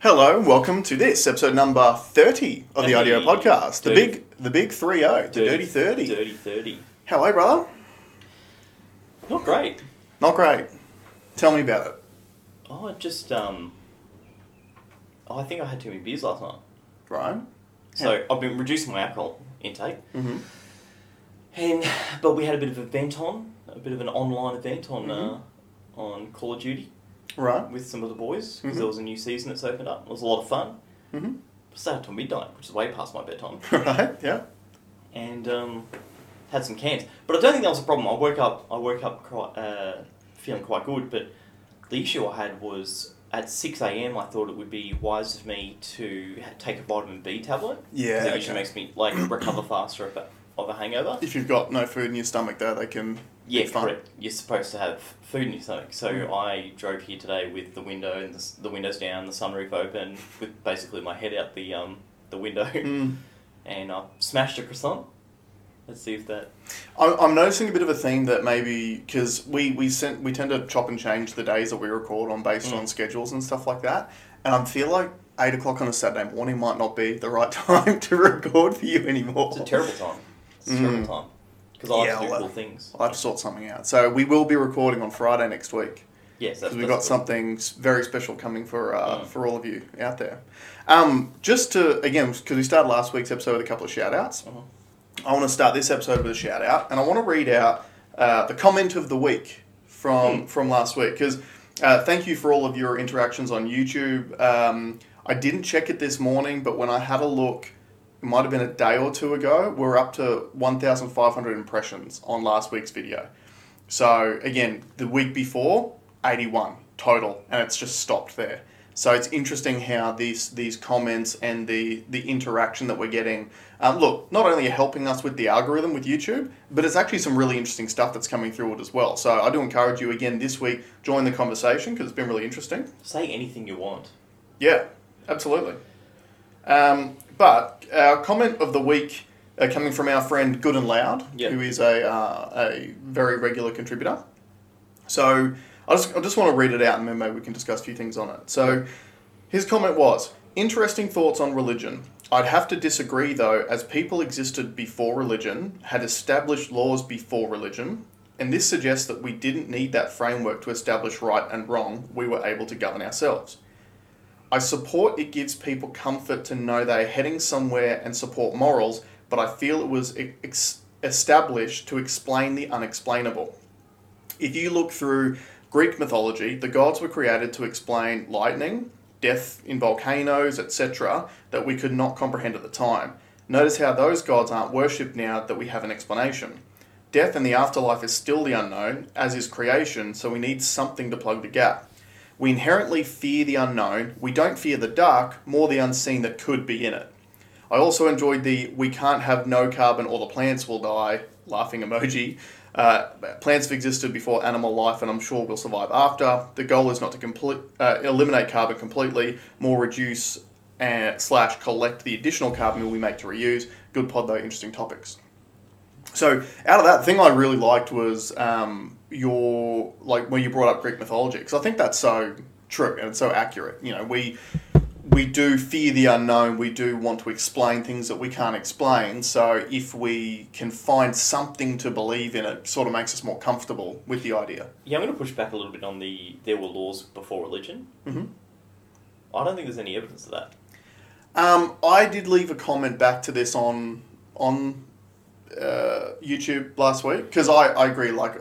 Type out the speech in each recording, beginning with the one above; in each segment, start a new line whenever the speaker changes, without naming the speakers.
Hello and welcome to this episode number thirty of the Audio
Hey.
Podcast. The
Dirty.
big, the big three zero, the dirty thirty.
Dirty 30.
Hello, brother.
Not great.
Not great. Tell me about it.
Oh, I just, um. Oh, I think I had too many beers last night.
Ryan.
So I've been reducing my alcohol intake.
Mm-hmm.
And, but we had a bit of an event on, a bit of an online event on,
Mhm.
uh, on Call of Duty
Right.
with some of the boys because
Mhm.
there was a new season that's opened up. It was a lot of fun.
Mm-hmm.
Stayed up till midnight, which is way past my bedtime.
Right. Yeah.
and um, had some cans. But I don't think that was a problem. I woke up, I woke up quite, uh, feeling quite good. But the issue I had was at six a.m. I thought it would be wise of me to ha- take a vitamin B tablet. 'cause
Yeah,
it
okay.
usually makes me like recover faster of a, of a hangover.
If you've got no food in your stomach, though, they can.
Yeah,
it's fine.
correct. You're supposed to have food in your stomach. So
Mm.
I drove here today with the window and the, s- the windows down, the sunroof open, with basically my head out the um, the window,
Mm.
and I smashed a croissant. Let's see if that
I'm, I'm noticing a bit of a theme that maybe because we we sent we tend to chop and change the days that we record on based
Mm.
on schedules and stuff like that, and I feel like eight o'clock on a Saturday morning might not be the right time to record for you anymore.
It's a terrible time. It's a
Mm.
terrible time. Because I
Yeah,
have to do
well,
cool things.
I'll have to sort something out. So we will be recording on Friday next week
Yes, that's
because we've got
that's cool.
something s- very special coming for uh,
Mm.
for all of you out there. Um, just to again because we started last week's episode with a couple of shout outs.
Mhm.
I want to start this episode with a shout out, and I want to read out uh, the comment of the week from
Mm.
from last week because uh, thank you for all of your interactions on YouTube. Um, I didn't check it this morning, but when I had a look, it might have been a day or two ago. We're up to one thousand five hundred impressions on last week's video. So again, the week before, eighty one total, and it's just stopped there. So it's interesting how these these comments and the the interaction that we're getting. Um, look, not only are helping us with the algorithm with YouTube, but it's actually some really interesting stuff that's coming through it as well. So I do encourage you again this week join the conversation because it's been really interesting.
Say anything you want.
Yeah, absolutely. Um, but our comment of the week uh, coming from our friend Good and Loud,
Yeah.
who is a, uh, a very regular contributor. So I just, I just want to read it out and then maybe we can discuss a few things on it. So his comment was interesting thoughts on religion. I'd have to disagree though, as people existed before religion, had established laws before religion, and this suggests that we didn't need that framework to establish right and wrong. We were able to govern ourselves. I support it gives people comfort to know they're heading somewhere and support morals, but I feel it was e-, ex- established to explain the unexplainable. If you look through Greek mythology, the gods were created to explain lightning, death in volcanoes, etc., that we could not comprehend at the time. Notice how those gods aren't worshipped now that we have an explanation. Death and the afterlife is still the unknown, as is creation, so we need something to plug the gap. We inherently fear the unknown. We don't fear the dark, more the unseen that could be in it. I also enjoyed the "We can't have no carbon or the plants will die" laughing emoji. Uh, plants have existed before animal life, and I'm sure will survive after. The goal is not to complete uh, eliminate carbon completely, more reduce and slash collect the additional carbon we make to reuse. Good pod though, interesting topics. So out of that, the thing I really liked was um, your like when you brought up Greek mythology because I think that's so true and it's so accurate. You know, we we do fear the unknown. We do want to explain things that we can't explain. So if we can find something to believe in, it sort of makes us more comfortable with the idea.
Yeah, I'm going to push back a little bit on the there were laws before religion.
Mhm.
I don't think there's any evidence of that.
Um, I did leave a comment back to this on on uh, YouTube last week because I, I agree. Like,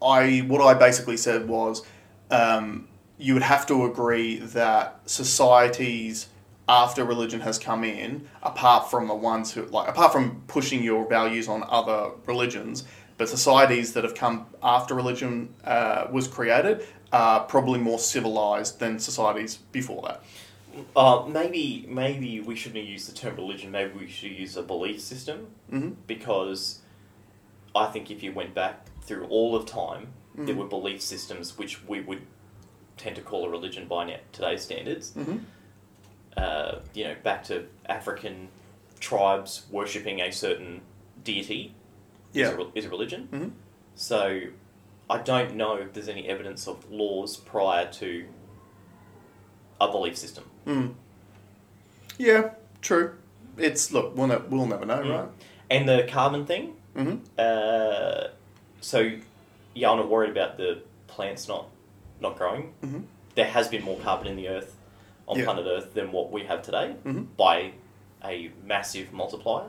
I what I basically said was, um, you would have to agree that societies after religion has come in, apart from the ones who like apart from pushing your values on other religions, but societies that have come after religion uh, was created are probably more civilized than societies before that.
Uh, maybe maybe we shouldn't use the term religion. Maybe we should use a belief system
Mm-hmm.
because I think if you went back through all of time, there
Mm.
were belief systems which we would tend to call a religion by now, today's standards.
Mm-hmm.
uh, you know, back to African tribes worshipping a certain deity is, a, re- is a religion.
Mhm.
So I don't know if there's any evidence of laws prior to a belief system.
Mm. Yeah, true. It's look, we'll, ne- we'll never know,
Mm.
right?
And the carbon thing,
Mm-hmm.
uh, so yeah, I'm not worried about the plants not not growing.
Mhm.
There has been more carbon in the earth on
Yeah.
planet Earth than what we have today
Mhm.
by a massive multiplier.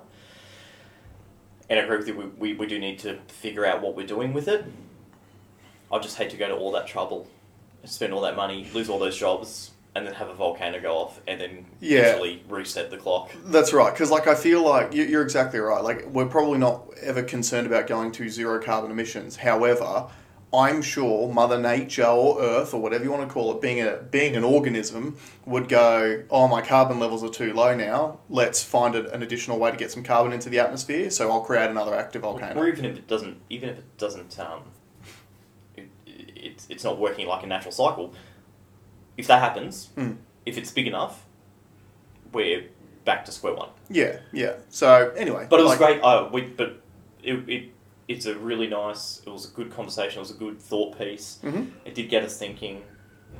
And I agree with you. We, we, we do need to figure out what we're doing with it. I just hate to go to all that trouble, spend all that money, lose all those jobs, and then have a volcano go off, and then
Yeah.
literally reset the clock.
That's right, because like I feel like you- you're exactly right. Like we're probably not ever concerned about going to zero carbon emissions. However, I'm sure Mother Nature or Earth or whatever you want to call it, being a being an organism, would go, "Oh, my carbon levels are too low now. Let's find a, an additional way to get some carbon into the atmosphere. So I'll create another active volcano."
Or even if it doesn't, even if it doesn't, um, it, it's it's not working like a natural cycle. If that happens,
Hmm.
if it's big enough, we're back to square one.
Yeah, yeah. So anyway,
But it
like-
was great. Uh, we but it, it it's a really nice. It was a good conversation. It was a good thought piece.
Mhm.
It did get us thinking.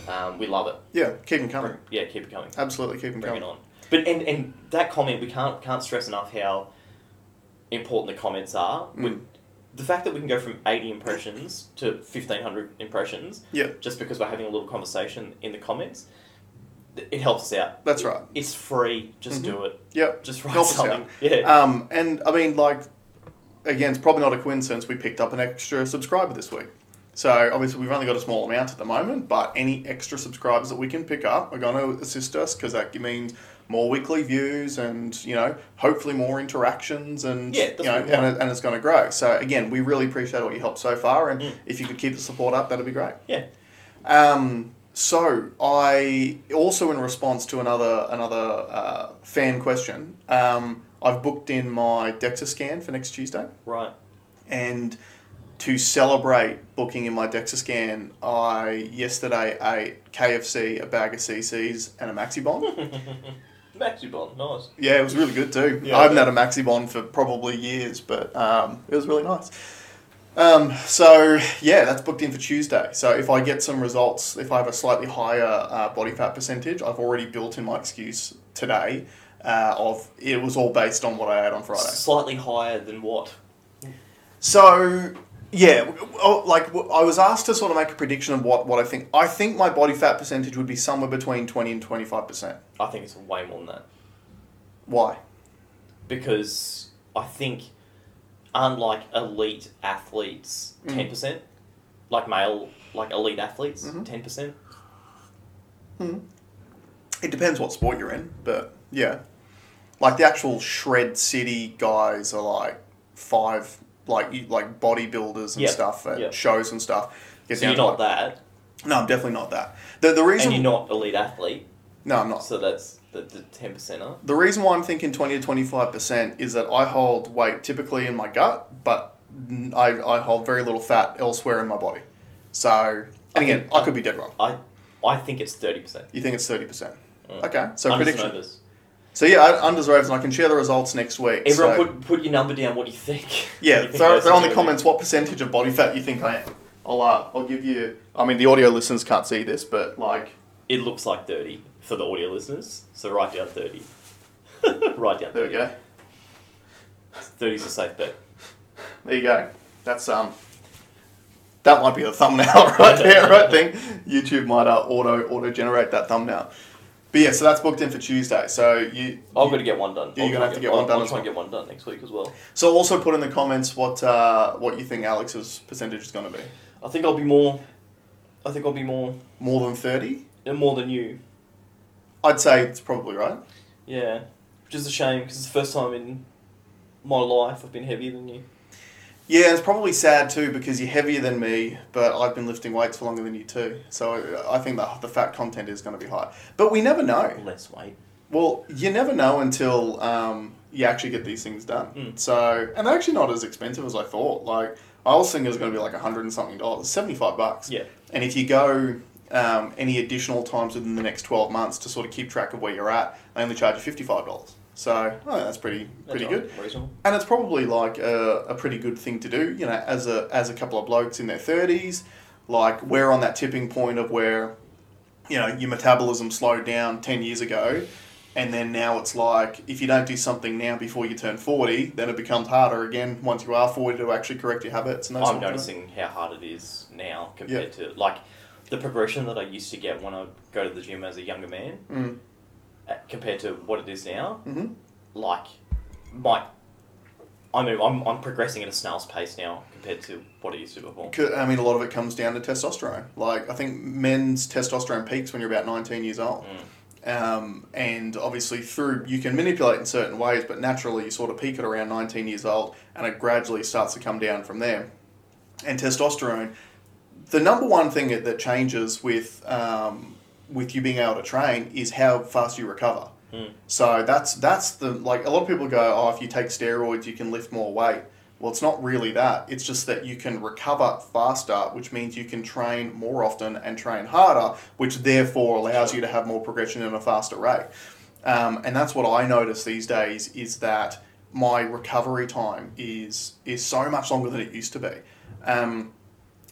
Um, we love it.
Yeah, keep them coming.
Yeah, keep it coming.
Absolutely, keep them
Bring it
coming.
on. But and and that comment we can't can't stress enough how important the comments are. With
Mm.
the fact that we can go from eighty impressions to fifteen hundred impressions
Yeah,
just because we're having a little conversation in the comments, th- it helps us out.
that's right.
It's free. Just
Mhm.
do it.
Yep.
Just write
Helps us
something.
out.
Yeah.
Um, and I mean, like, again, it's probably not a coincidence we picked up an extra subscriber this week. So obviously we've only got a small amount at the moment, but any extra subscribers that we can pick up are going to assist us because that means more weekly views and you know hopefully more interactions and
Yeah, that's
you know
what we want.
and, it- and it's going to grow. So again, we really appreciate all your help so far, and
Mm.
if you could keep the support up, that'd be great.
yeah.
Um, so I also, in response to another another uh, fan question, um, I've booked in my DEXA scan for next Tuesday,
Right.
and to celebrate booking in my DEXA scan, I yesterday ate KFC, a bag of CCs, and a Maxi Bond.
Maxi Bond. Nice.
Yeah, it was really good too.
Yeah,
I haven't
I
had a maxi bond for probably years, but um, it was really nice. Um, so yeah, that's booked in for Tuesday. So if I get some results, if I have a slightly higher uh, body fat percentage, I've already built in my excuse today uh, of it was all based on what I ate on Friday.
Slightly higher than what?
So yeah, w- w- oh, like w- I was asked to sort of make a prediction of what, what I think. I think my body fat percentage would be somewhere between twenty and twenty five percent.
I think it's way more than that.
Why?
because I think, unlike elite athletes,
Mm.
ten percent, like male, like elite athletes, 10
Mhm.
percent.
It depends what sport you're in, but yeah, like the actual shred city guys are like five, like you, like bodybuilders and
Yeah,
stuff at
yeah.
shows and stuff. Get
So
down
you're
to,
not
like-
that,
No, I'm definitely not that. The the reason
and you're not elite athlete.
no, I'm not.
So that's the the ten percenter.
The reason why I'm thinking twenty to twenty five percent is that I hold weight typically in my gut, but n- I, I hold very little fat elsewhere in my body. So and
I
again,
think-
I could be dead wrong.
I I think it's thirty percent.
You think it's thirty percent? Okay, so
Mm. Unders and
prediction.
overs.
So yeah, I- unders and I can share the results next week.
Everyone
so-
put put your number down. What do you think?
Yeah,
You think
throw,
that's
throw in the
doing it?
comments what percentage of body fat you think I am. I'll, uh, I'll give you. I mean, the audio listeners can't see this, but like,
It looks like thirty for the audio listeners. So write down thirty. write down
there we go.
thirty is a safe bet.
There you go. That's um. That might be the thumbnail right there. I think YouTube might uh, auto auto generate that thumbnail. But yeah, so that's booked in for Tuesday. So you.
I'm gonna get one done.
Yeah,
I'm
you're gonna
try
have to
and
get one
I'll-
done
I'll
as
try and
well.
get one done next week as well.
So also put in the comments what uh, what you think Alex's percentage is going to be.
I think I'll be more. I think I'll be more
More than thirty?
more than you.
I'd say it's probably right.
Yeah, which is a shame because it's the first time in my life I've been heavier than you.
Yeah, it's probably sad too because you're heavier than me, but I've been lifting weights for longer than you too. So I- I think the, the fat content is going to be high. But we never know.
Less weight.
Well, you never know until um, you actually get these things done.
Mm.
So, and they're actually not as expensive as I thought. Like, I was thinking it was going to be like a hundred and something dollars, seventy five bucks.
Yeah.
And if you go um, any additional times within the next twelve months to sort of keep track of where you're at, they only charge you fifty five dollars. So I think that's pretty pretty
That's all
good.
right, Reasonable.
And it's probably like a, a pretty good thing to do, you know, as a as a couple of blokes in their thirties, like we're on that tipping point of where you know, your metabolism slowed down 10 years ago. And then now it's like, if you don't do something now before you turn 40, then it becomes harder again once you are 40 to actually correct your habits. And those
I'm
sort of things.
noticing how hard it is now compared to like the progression that I used to get when I would go to the gym as a younger man
Mm.
uh, compared to what it is now.
Mhm.
Like my, I mean, I'm I'm progressing at a snail's pace now compared to what I used to before.
Co- I mean, a lot of it comes down to testosterone. Like, I think men's testosterone peaks when you're about 19 years old. Um, and obviously, through you can manipulate in certain ways, but naturally, you sort of peak at around 19 years old and it gradually starts to come down from there. And testosterone, the number one thing that, that changes with, um, with you being able to train is how fast you recover. So that's that's the like a lot of people go, oh, if you take steroids, you can lift more weight. Well, it's not really that. It's just that you can recover faster, which means you can train more often and train harder, which therefore allows you to have more progression at a faster rate. Um, and that's what I notice these days is that my recovery time is is so much longer than it used to be. Um,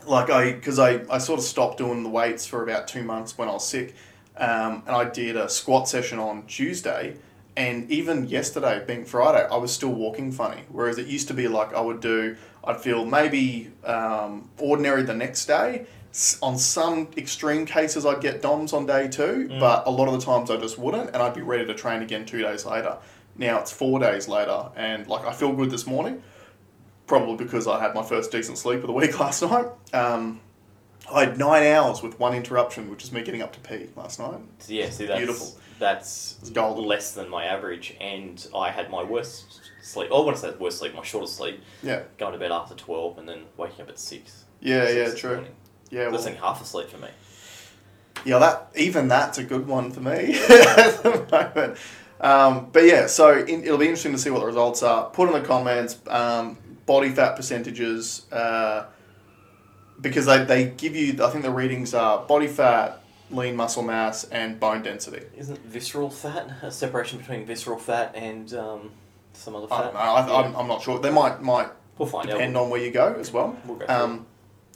like I because I, I sort of stopped doing the weights for about two months when I was sick, um, and I did a squat session on Tuesday, and even yesterday being Friday, I was still walking funny. Whereas it used to be like I would do, I'd feel maybe um, ordinary the next day. S- On some extreme cases, I'd get DOMS on day two, but a lot of the times I just wouldn't, and I'd be ready to train again two days later. Now it's four days later, and like I feel good this morning probably because I had my first decent sleep of the week last night. Um, I had nine hours with one interruption, which is me getting up to pee last night.
So, yeah, see that's
Beautiful.
That's
It's golden.
less than my average, and I had my worst sleep. Oh, I want to say worst sleep, my shortest sleep,
Yeah,
going to bed after twelve and then waking up at six.
yeah,
six
yeah,
in the
true.
morning.
Yeah,
That's
well,
like half a sleep for me.
yeah. That even that's a good one for me at the moment. Um, but yeah, so in, it'll be interesting to see what the results are. Put in the comments um, body fat percentages uh, because they, they give you. I think the readings are body fat, lean muscle mass, and bone density.
Isn't visceral fat a separation between visceral fat and um, some other
I
fat?
don't know. I, I'm, I'm not sure. They might might
we'll find
depend
out.
on where you go as well.
We'll go for
Um,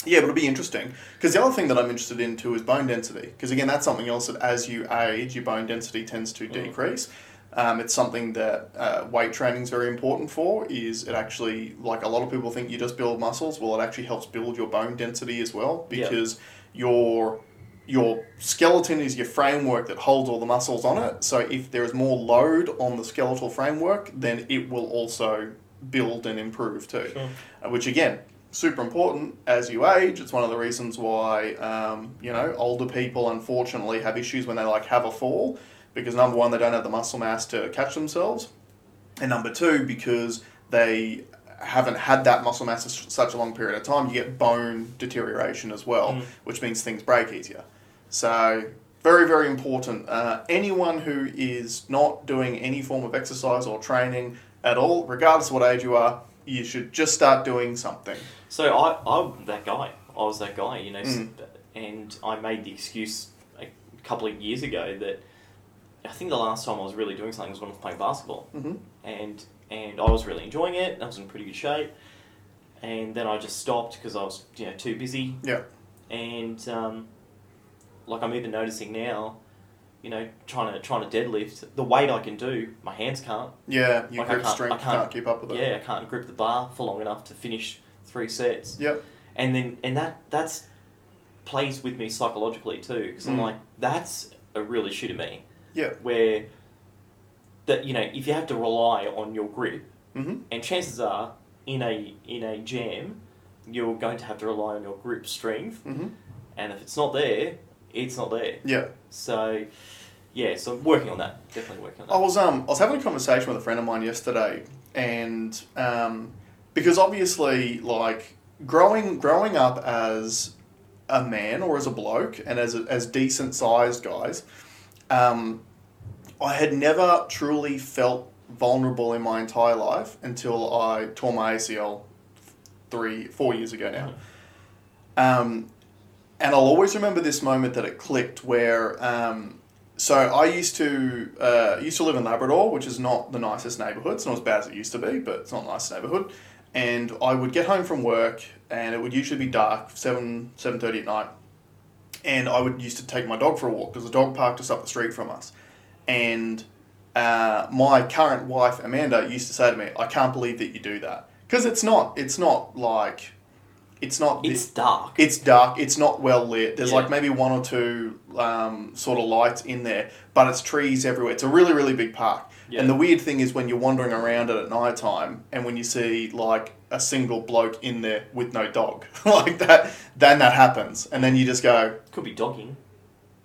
yeah, but it'll be interesting because the other thing that I'm interested in too is bone density because again that's something else that as you age your bone density tends
Mm.
to decrease. Um, it's something that uh, weight training is very important for. Is it actually like a lot of people think you just build muscles? Well, it actually helps build your bone density as well
Yeah.
because your your skeleton is your framework that holds all the muscles on it. So if there is more load on the skeletal framework, then it will also build and improve too.
Sure.
Uh, Which again, super important as you age. It's one of the reasons why um, you know older people unfortunately have issues when they like have a fall because number one they don't have the muscle mass to catch themselves, and number two because they haven't had that muscle mass for such a long period of time, you get bone deterioration as well,
Mm.
which means things break easier. So, very, very important. Uh, anyone who is not doing any form of exercise or training at all, regardless of what age you are, you should just start doing something.
So I, I'm that guy. I was that guy, you know, s-
Mm.
and I made the excuse a couple of years ago that I think the last time I was really doing something was when I was playing basketball,
Mhm.
and and I was really enjoying it. I was in pretty good shape, and then I just stopped because I was you know too busy,
Yeah.
and um, like I'm even noticing now. You know, trying to trying to deadlift the weight I can do, my hands can't.
Yeah, your
Like, I
grip
can't- I
strength can't,
can't-
keep up with it.
Yeah, I can't grip the bar for long enough to finish three sets
Yep.
and then and that that's plays with me psychologically too because I'm
Mm.
like that's a real issue to me
Yeah.
where that you know if you have to rely on your grip
hmm
and chances are in a in a jam you're going to have to rely on your grip strength
hmm
and if it's not there it's not there
Yeah.
so yeah so I'm working on that definitely working on that
I was um I was having a conversation with a friend of mine yesterday, and um, because obviously like growing growing up as a man or as a bloke and as as decent sized guys, um, I had never truly felt vulnerable in my entire life until I tore my ACL three four years ago now. Um, and I'll always remember this moment that it clicked where. Um, so I used to uh, used to live in Labrador, which is not the nicest neighborhood. It's not as bad as it used to be, but it's not a nice neighborhood. And I would get home from work, and it would usually be dark, seven seven thirty at night. and I would used to take my dog for a walk because the dog parked us up the street from us. And uh, my current wife Amanda used to say to me, "I can't believe that you do that," because it's not. It's not like. It's not. thi-
It's dark.
it's dark. It's not well lit. There's
Yeah.
like maybe one or two um, sort of lights in there, but it's trees everywhere. It's a really really big park.
Yeah.
And the weird thing is when you're wandering around it at night time, and when you see like a single bloke in there with no dog, like that, then that happens, and then you just go,
Could be dogging.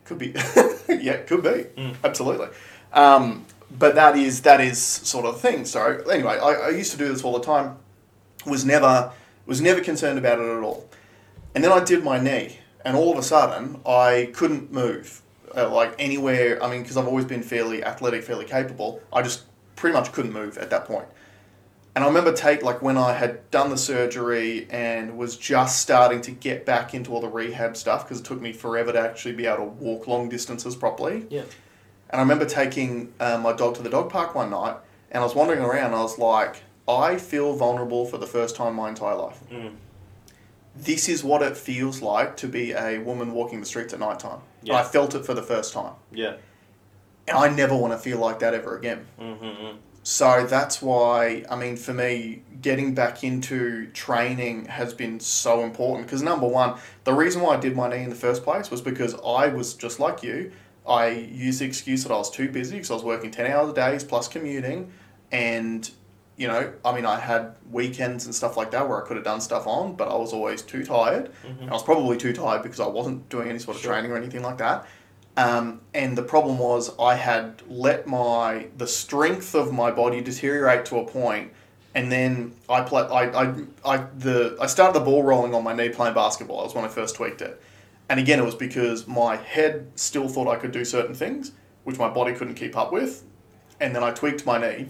could be, yeah, could be,
Mm.
absolutely. Um, but that is that is sort of thing. So anyway, I, I used to do this all the time. Was never was never concerned about it at all. And then I did my knee, and all of a sudden I couldn't move uh, like anywhere. I mean, because I've always been fairly athletic, fairly capable. I just pretty much couldn't move at that point. And I remember take like when I had done the surgery and was just starting to get back into all the rehab stuff because it took me forever to actually be able to walk long distances properly.
Yeah.
And I remember taking uh, my dog to the dog park one night, and I was wandering around. And I was like, I feel vulnerable for the first time in my entire life.
Mm.
This is what it feels like to be a woman walking the streets at night time.
Yeah.
I felt it for the first time,
Yeah.
and I never want to feel like that ever again.
Mm-hmm.
So that's why, I mean, for me, getting back into training has been so important. Because, number one, the reason why I did my knee in the first place was because I was just like you. I used the excuse that I was too busy because I was working 10 hours a day plus commuting. And, you know, I mean, I had weekends and stuff like that where I could have done stuff on, but I was always too tired.
Mhm.
And I was probably too tired because I wasn't doing any sort of
Sure.
training or anything like that. Um, and the problem was I had let my the strength of my body deteriorate to a point, and then I play I, I, I the I started the ball rolling on my knee playing basketball. That was when I first tweaked it, and again it was because my head still thought I could do certain things which my body couldn't keep up with, and then I tweaked my knee,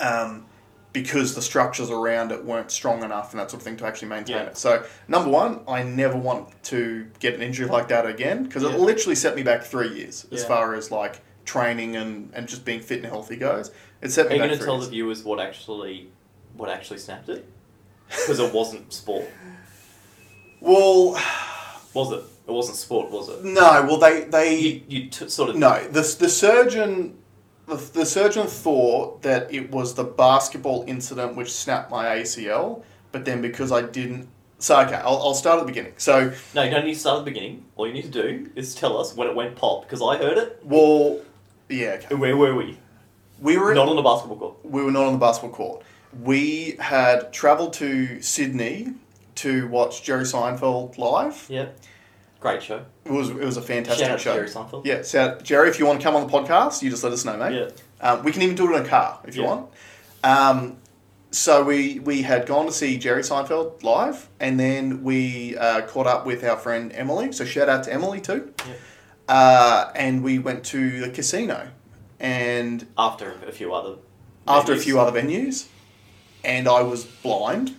um, because the structures around it weren't strong enough and that sort of thing to actually maintain
Yeah.
it. So number one, I never want to get an injury like that again because
Yeah.
it literally set me back three years as
Yeah.
far as like training and, and just being fit and healthy goes. It set
Are
me
you
back
going to
three
tell
years.
the viewers what actually, what actually snapped it? Because it wasn't sport,
well,
was it? It wasn't sport, was it?
no. Well, they they
You, you t- sort of
Mm. No, the, the surgeon the, the surgeon thought that it was the basketball incident which snapped my ACL, but then because I didn't. So, okay, I'll, I'll start at the beginning. So,
No, you don't need to start at the beginning. All you need to do is tell us when it went pop, because I heard it.
well, yeah, okay.
And Where were we?
We were,
Not on the basketball court.
we were not on the basketball court. We had travelled to Sydney to watch Jerry Seinfeld live.
Yeah. Great show.
It was, it was a fantastic
Shout out to
show.
Jerry Seinfeld.
Yeah, so Jerry, if you want to come on the podcast, you just let us know, mate.
Yeah.
Um, we can even do it in a car if you
Yeah.
want. Um, so we we had gone to see Jerry Seinfeld live, and then we uh, caught up with our friend Emily. So shout out to Emily too.
Yeah.
Uh, and we went to the casino, and
After a few other.
after a
venues.
few other venues, and I was blind.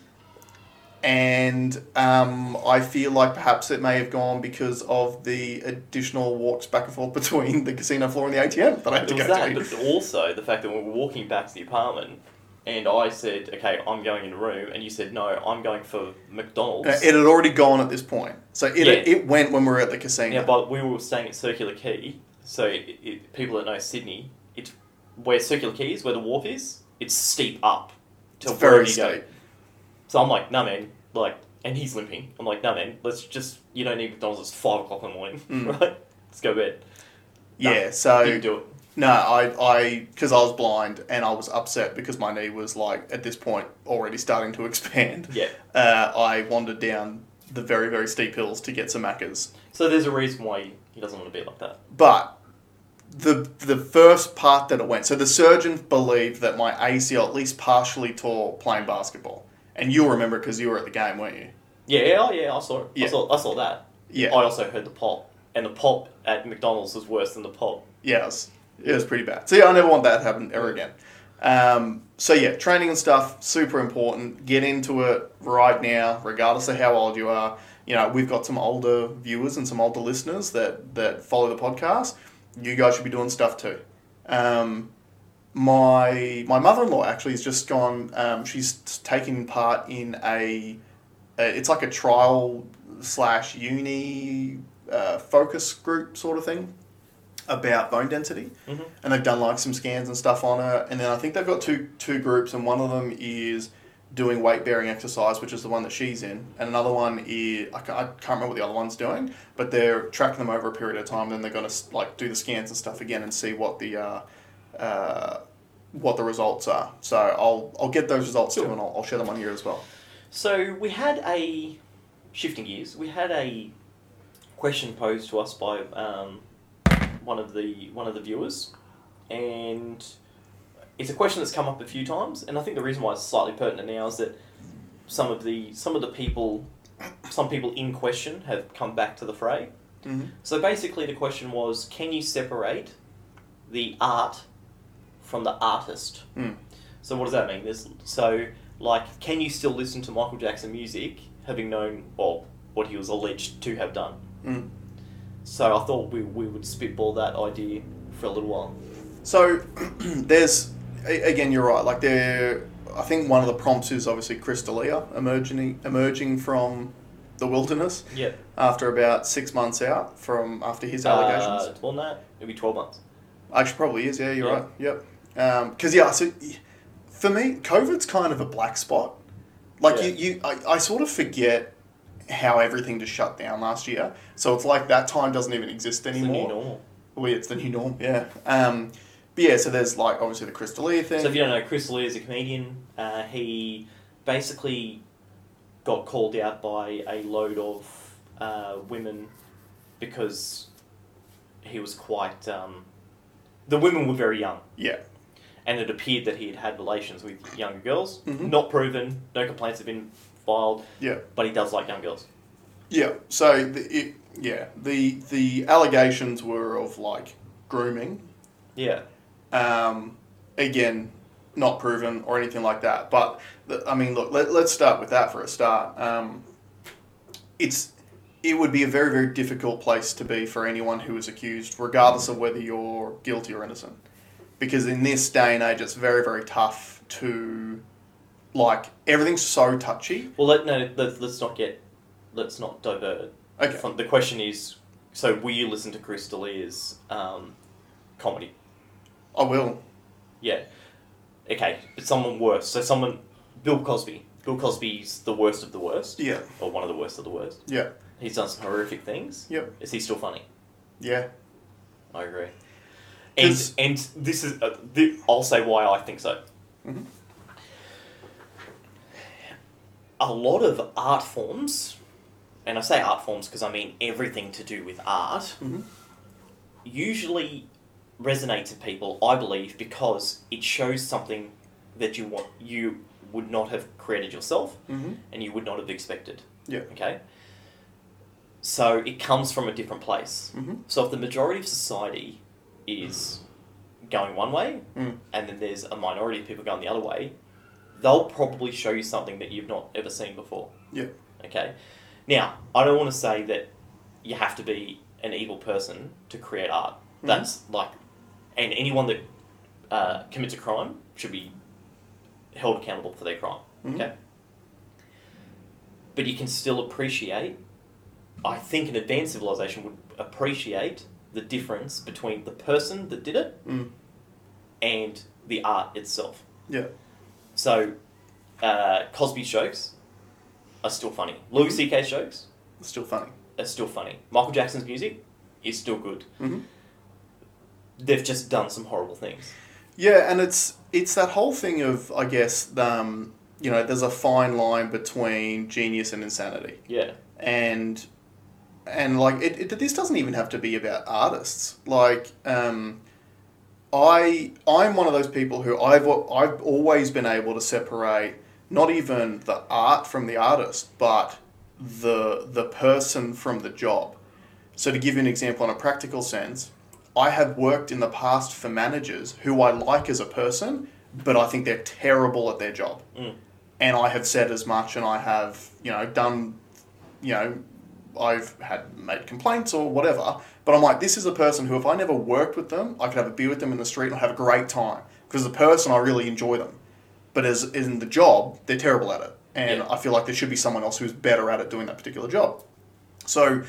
And um, I feel like perhaps it may have gone because of the additional walks back and forth between the casino floor and the ATM that I had
It
to
was
go
that,
to.
but also the fact that we were walking back to the apartment, and I said, "Okay, I'm going in a room," and you said, "No, I'm going for McDonald's."
No, Uh, it had already gone at this point. So it,
Yeah.
it went when we were at the casino.
Yeah, but we were staying at Circular Quay, so it, it, people that know Sydney, it's where Circular Quay is, where the wharf is. It's steep up to
it's
where
very
you
steep.
go. So I'm like, nah, man, like, and he's limping. I'm like, nah, man, let's just you don't need McDonald's. It's five o'clock in the morning,
Mm.
right? Let's go to bed. No,
Yeah, so
Didn't do it.
no, I I because I was blind and I was upset because my knee was like at this point already starting to expand.
Yeah.
Uh, I wandered down the very very steep hills to get some macas,
So there's a reason why he doesn't want to be like that.
but the the first part that it went. So the surgeon believed that my ACL at least partially tore playing basketball, and you'll remember because you were at the game, weren't you?
Yeah, yeah, oh, yeah, I saw it.
Yeah.
I saw, I saw that.
Yeah.
I also heard the pop, and the pop at McDonald's was worse than the pop.
yeah, it was, it was pretty bad. So yeah, I never want that to happen ever again. Um, so yeah, training and stuff super important. Get into it right now, regardless of how old you are. You know, we've got some older viewers and some older listeners that that follow the podcast. You guys should be doing stuff too. Um, my my mother in law actually has just gone. Um, she's taking uh, part in a, a. It's like a trial slash uni uh, focus group sort of thing about bone density,
Mhm.
and they've done like some scans and stuff on it. And then I think they've got two two groups, and one of them is doing weight bearing exercise, which is the one that she's in, and another one is I can't, I can't remember what the other one's doing, but they're tracking them over a period of time. Then they're gonna s- like do the scans and stuff again and see what the uh, uh, what the results are. So I'll I'll get those results too,
Sure.
and I'll, I'll share them on here as well.
So we had a shifting gears. We had a question posed to us by um, one of the one of the viewers, and it's a question that's come up a few times. And I think the reason why it's slightly pertinent now is that some of the some of the people, some people in question have come back to the fray.
Mm-hmm.
So basically, the question was: Can you separate the art from the artist?
Mm.
So what does that mean? There's, so like, can you still listen to Michael Jackson music having known well what he was alleged to have done?
Mm.
So I thought we, we would spitball that idea for a little while.
So there's a- again, you're right. Like there, I think one of the prompts is obviously Chris D'Elia emerging emerging from the wilderness
Yeah.
after about six months out from after his allegations.
Uh, on that, it'll be twelve months.
Actually, probably is. Yeah, you're
Yeah.
right. Yep. Because yeah, so y- for me, COVID's kind of a black spot. Like
Yeah.
you, you I, I sort of forget how everything just shut down last year. So it's like that time doesn't even exist
It's the
anymore.
new normal.
Well, yeah, it's the new norm. Yeah. Um, but yeah, so there's like obviously the Chris D'Elia thing.
So if you don't know, Chris Lee is a comedian. Uh, he basically got called out by a load of uh, women because he was quite. Um, the women were very young.
Yeah.
and it appeared that he had had relations with younger girls.
Mhm.
Not proven, no complaints have been filed,
Yeah,
but he does like young girls.
yeah. So the, it, yeah, the the allegations were of like grooming.
Yeah.
Um, again, not proven or anything like that. But the, I mean, look, let, let's start with that for a start. Um, it's it would be a very very difficult place to be for anyone who is accused, regardless of whether you're guilty or innocent, because in this day and age, it's very very tough to like everything's so touchy.
Well, let, no, let, let's not get, let's not divert.
Okay.
From, the question is, so will you listen to Chris D'Elia's um, comedy?
I will.
Yeah. Okay, but someone worse. So someone, Bill Cosby. Bill Cosby's the worst of the worst,
Yeah.
or one of the worst of the worst.
Yeah.
He's done some horrific things.
Yep.
Is he still funny?
Yeah.
I agree.
'Cause-
And, and this is, uh, th- I'll say why I think so.
Mhm.
A lot of art forms, and I say art forms because I mean everything to do with art,
Mhm.
usually resonates with people, I believe, because it shows something that you want you would not have created yourself
Mm-hmm.
and you would not have expected.
Yeah.
Okay. So it comes from a different place.
Mhm.
So if the majority of society is going one way,
Mm.
and then there's a minority of people going the other way, they'll probably show you something that you've not ever seen before.
Yeah.
Okay. Now, I don't want to say that you have to be an evil person to create art.
Mhm.
That's like, and anyone that uh, commits a crime should be held accountable for their crime.
Mhm.
Okay. But you can still appreciate. I think an advanced civilization would appreciate the difference between the person that did it
Mm.
and the art itself.
Yeah.
So, uh, Cosby's jokes are still funny. Louis C.K.'s jokes
It's still funny.
are still funny. Michael Jackson's music is still good.
Mm-hmm.
They've just done some horrible things.
Yeah, and it's it's that whole thing of I guess um, you know there's a fine line between genius and insanity,
Yeah.
and and like it, it this doesn't even have to be about artists. Like um, I I'm one of those people who I've al- I've always been able to separate not even the art from the artist, but the the person from the job. So to give you an example on a practical sense, I have worked in the past for managers who I like as a person, but I think they're terrible at their job.
Mm.
And I have said as much and I have, you know, done you know, I've had made complaints or whatever, but I'm like, this is a person who, if I never worked with them, I could have a beer with them in the street and have a great time because the person I really enjoy them. But as in the job, they're terrible at it, and
Yeah.
I feel like there should be someone else who's better at it doing that particular job. So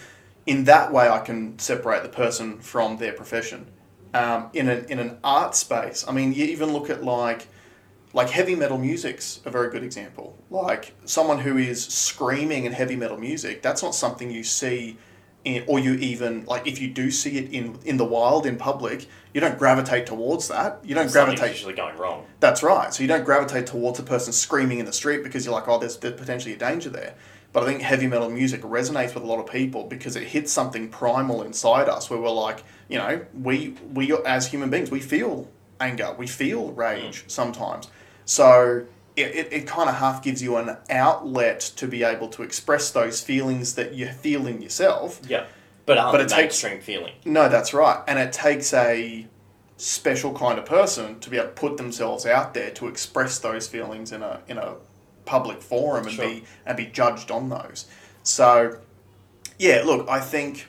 in that way, I can separate the person from their profession. Um, in an in an art space, I mean, you even look at like like heavy metal music's a very good example. Like someone who is screaming in heavy metal music, that's not something you see, in, or you even like if you do see it in in the wild in public, you don't gravitate towards that. You don't
Something's
gravitate.
usually going wrong.
That's right. So you don't gravitate towards a person screaming in the street because you're like, oh, there's, there's potentially a danger there. But I think heavy metal music resonates with a lot of people because it hits something primal inside us where we're like, you know, we we as human beings we feel anger, we feel rage sometimes. So it, it, it kind of half gives you an outlet to be able to express those feelings that you feel in yourself.
Yeah, but aren't
But
the
it takes-
mainstream feeling.
No, that's right. And it takes a special kind of person to be able to put themselves out there to express those feelings in a in a public forum and
Sure.
be and be judged on those. So yeah, look, I think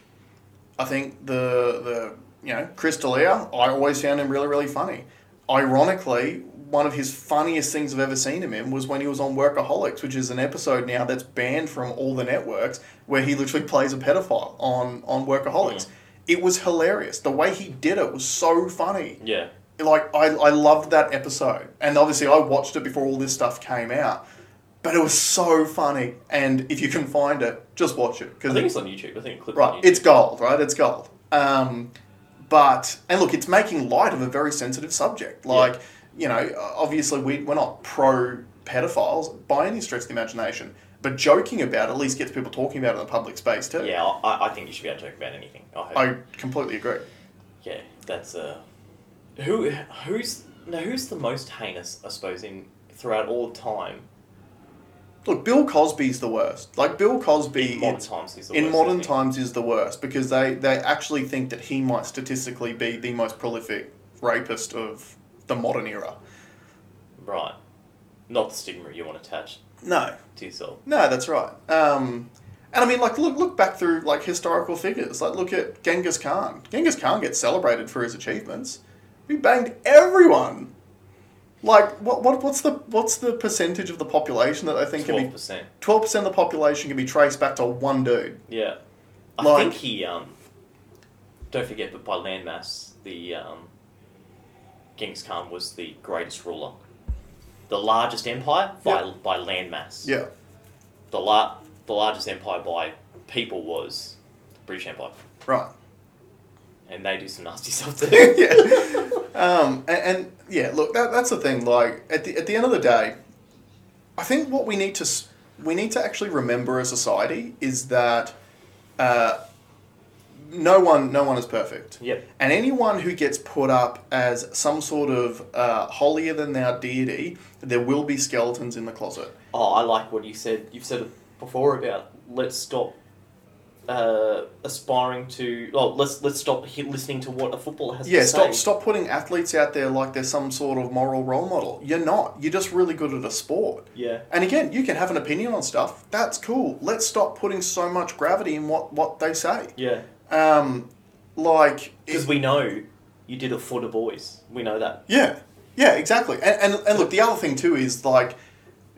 I think the the you know, Chris D'Elia, I always found him really, really funny. Ironically, one of his funniest things I've ever seen him in was when he was on Workaholics, which is an episode now that's banned from all the networks, where he literally plays a pedophile on on Workaholics.
Mm.
It was hilarious. The way he did it was so funny.
Yeah,
Like I, I loved that episode, and obviously I watched it before all this stuff came out, but it was so funny. And if you can find it, just watch it
I
because
think it's on YouTube. I think it clips on
Right,
YouTube.
it's gold, right? It's gold. Um, but and look, it's making light of a very sensitive subject. Like you know, obviously we we're not pro pedophiles by any stretch of the imagination, but joking about it at least gets people talking about it in the public space too.
yeah, I, I think you should be able to talk about anything. I hope.
I completely agree.
yeah, that's uh, who who's now who's the most heinous? I suppose in throughout all time,
Look, Bill Cosby's the worst. Like Bill Cosby
in modern times, he's the
in
worst,
modern
isn't he?
times is the worst because they, they actually think that he might statistically be the most prolific rapist of the modern era.
right? Not the stigma you want attached
No,
to yourself.
No, that's right. Um, and I mean, like, look, look back through like historical figures. Like, look at Genghis Khan. Genghis Khan gets celebrated for his achievements. He banged everyone. Like, what, what, what's the what's the percentage of the population that I think can
Twelve
be
percent.
twelve percent of the population can be traced back to one dude?
Yeah, I
Like-
think he um. Don't forget, but by landmass, the um, Genghis Khan was the greatest ruler, the largest empire by by landmass.
Yeah,
the la- the largest empire by people was the British Empire,
right.
and they do some nasty stuff too.
yeah. Um, and, and yeah, look, that, that's the thing. Like at the at the end of the day, I think what we need to s- we need to actually remember as society is that uh, no one no one is perfect.
Yep.
And anyone who gets put up as some sort of uh, holier than thou deity, there will be skeletons in the closet.
Oh, I like what you said. You've said it before about let's stop uh, aspiring to. Well, let's let's stop he- listening to what a footballer has
Yeah,
to
stop
say.
stop putting athletes out there like they're some sort of moral role model. You're not. You're just really good at a sport.
Yeah,
And again, you can have an opinion on stuff. That's cool. Let's stop putting so much gravity in what, what they say.
yeah.
Um, like,
Because we know you did it for the boys. We know that.
yeah, yeah, exactly. And, and and look, the other thing too is like,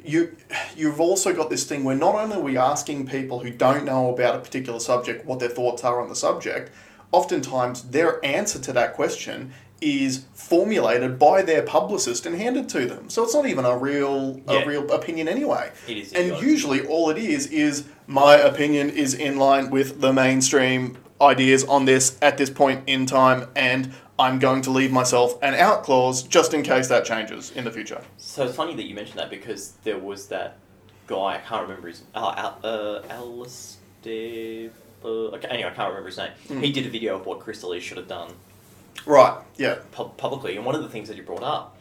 you you've also got this thing where not only are we asking people who don't know about a particular subject what their thoughts are on the subject, oftentimes their answer to that question is formulated by their publicist and handed to them. So it's not even a real
Yeah.
a real opinion anyway.
It is
And
idiotic.
usually all it is is my opinion is in line with the mainstream ideas on this at this point in time and I'm going to leave myself an out clause just in case that changes in the future.
So it's funny that you mentioned that because there was that guy, I can't remember his uh, Al, uh, Alistair. Uh, okay, anyway, I can't remember his name.
Mm.
He did a video of what Crystal Lee should have done
Right, yeah.
pub- publicly, and one of the things that you brought up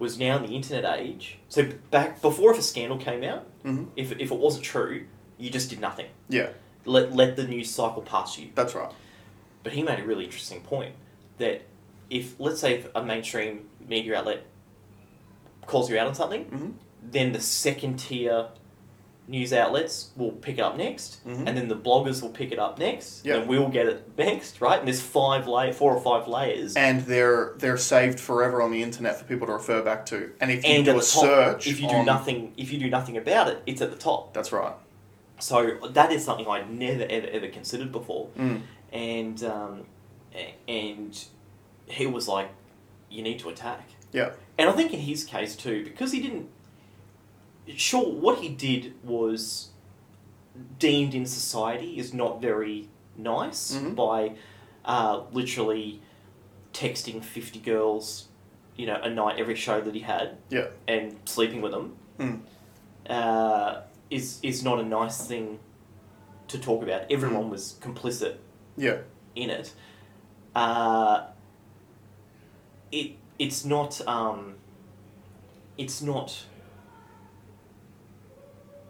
was now in the internet age. So back before, if a scandal came out,
hmm
if, if it wasn't true, you just did nothing.
Yeah,
Let let the news cycle past you.
that's right.
But he made a really interesting point that if let's say if a mainstream media outlet calls you out on something,
Mhm.
then the second tier news outlets will pick it up next,
Mhm.
and then the bloggers will pick it up next,
Yeah.
and we'll get it next, right? And there's five layer, four or five layers.
And they're they're saved forever on the internet for people to refer back to. And if you
And
do
at
a
the top,
search
if you do
on-
nothing, if you do nothing about it, it's at the top.
That's right.
So that is something I'd never ever ever considered before.
Mm.
And um, a- and he was like, "You need to attack."
Yeah.
And I think in his case too, because he didn't. Sure, what he did was deemed in society is not very nice
Mhm.
by uh, literally texting 50 girls, you know, a night every show that he had
Yeah.
and sleeping with them.
Mm.
Uh, is, is not a nice thing to talk about. Everyone was complicit
Yeah.
in it, uh, it it's not um, it's not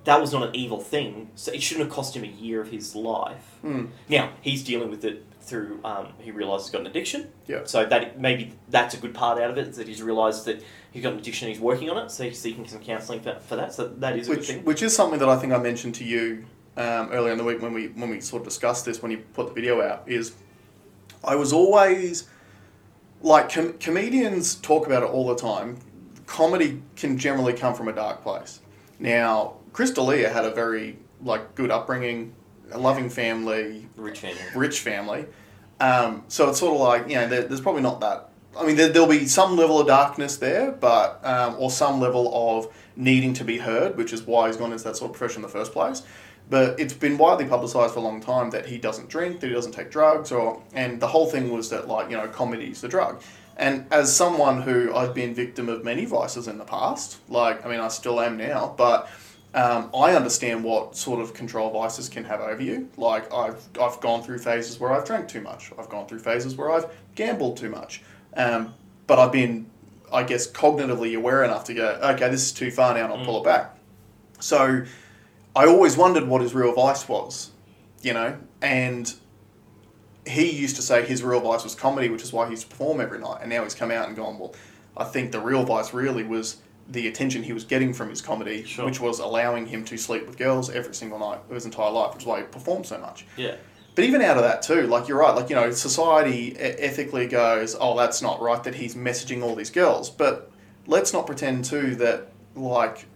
that was not an evil thing. So it shouldn't have cost him a year of his life.
Mm.
Now he's dealing with it through um, he realizes he's got an addiction.
Yeah.
So that maybe that's a good part out of it is that he's realized that he's got an addiction. and He's working on it, so he's seeking some counselling for, for that. So that is a
Which
good thing.
which is something that I think I mentioned to you um, earlier in the week when we when we sort of discussed this when you put the video out is I was always like com- comedians talk about it all the time. Comedy can generally come from a dark place. Now, Chris D'Elia had a very like good upbringing, a loving family,
Rich family.
rich family. Um, so it's sort of like, you know, there, there's probably not that. I mean, there, there'll be some level of darkness there, but, um, or some level of needing to be heard, which is why he's gone into that sort of profession in the first place. But it's been widely publicized for a long time that he doesn't drink, that he doesn't take drugs, or, and the whole thing was that, like, you know, comedy's the drug. And as someone who I've been victim of many vices in the past, like, I mean, I still am now, but um, I understand what sort of control vices can have over you. Like I've I've gone through phases where I've drank too much. I've gone through phases where I've gambled too much. Um, but I've been, I guess, cognitively aware enough to go, okay, this is too far now, and I'll pull it back. So I always wondered what his real vice was, you know. And he used to say his real vice was comedy, which is why he used to perform every night. And now he's come out and gone, well, I think the real vice really was the attention he was getting from his comedy,
Sure.
which was allowing him to sleep with girls every single night of his entire life, which is why he performed so much.
Yeah.
But even out of that too, like you're right, like you know, society e- ethically goes, oh, that's not right that he's messaging all these girls. But let's not pretend too that like,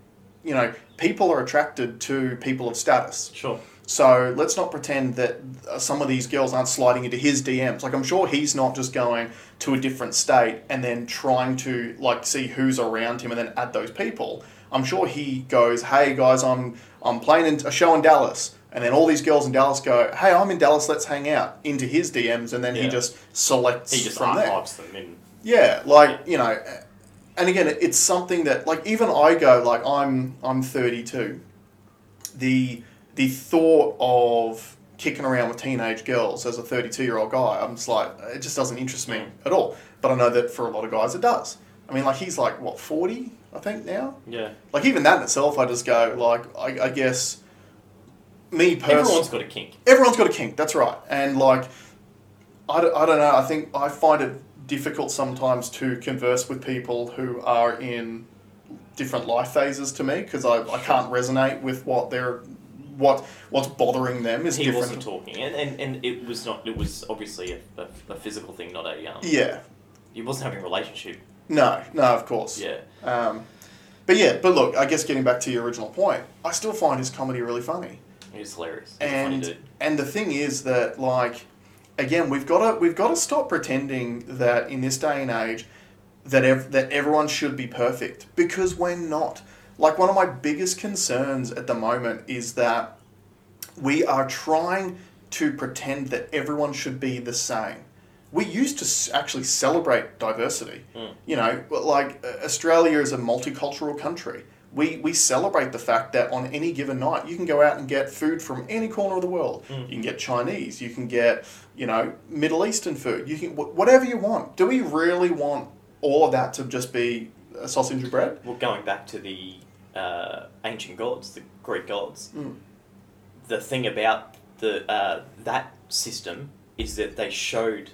you know, people are attracted to people of status.
Sure.
So let's not pretend that uh, some of these girls aren't sliding into his DMs. Like I'm sure he's not just going to a different state and then trying to like see who's around him and then add those people. I'm sure he goes, "Hey guys, I'm I'm playing in a show in Dallas." And then all these girls in Dallas go, "Hey, I'm in Dallas, let's hang out." Into his DMs and then he
Yeah.
just selects
He just
from there.
archives them in.
Yeah, like you know, and again, it- it's something that like even I go like I'm I'm 32. The the thought of kicking around with teenage girls as a 32 year old guy, I'm just like it just doesn't interest me at all. But I know that for a lot of guys, it does. I mean, like he's like what 40, I think now.
Yeah.
Like even that in itself, I just go like I, I guess me personally
Everyone's got a kink.
everyone's got a kink that's right and like I, don't- I don't know i think i find it difficult sometimes to converse with people who are in different life phases to me because I, I can't resonate with what they're what what's bothering them is
he
different
wasn't talking, and, and, and it was not. It was obviously a, a, a physical thing, not a. Um,
yeah
He wasn't having a relationship.
no no of course
Yeah,
um, but yeah but look i guess getting back to your original point i still find his comedy really funny
he was hilarious. He was a funny
and
dude.
and the thing is that like again we've got to we've got to stop pretending that in this day and age that ev- that everyone should be perfect because we're not like one of my biggest concerns at the moment is that we are trying to pretend that everyone should be the same we used to s- actually celebrate diversity
Mm.
you know but, like uh, australia is a multicultural country we, we celebrate the fact that on any given night you can go out and get food from any corner of the world
Mm.
you can get chinese you can get you know middle eastern food you can wh- whatever you want do we really want all of that to just be a sausage and bread
Well, going back to the uh, ancient gods, the Greek gods,
Mm.
the thing about the uh, that system is that they showed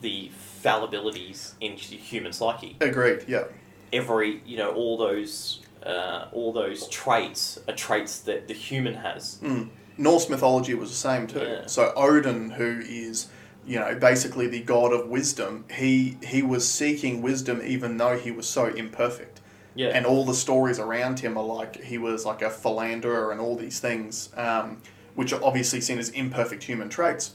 the fallibilities in the human psyche.
agreed yeah
Every you know all those uh, all those traits are traits that the human has.
Mm. Norse mythology was the same too.
Yeah.
So Odin, who is you know basically the god of wisdom, he he was seeking wisdom even though he was so imperfect.
Yeah.
and all the stories around him are like he was like a philanderer and all these things, um, which are obviously seen as imperfect human traits.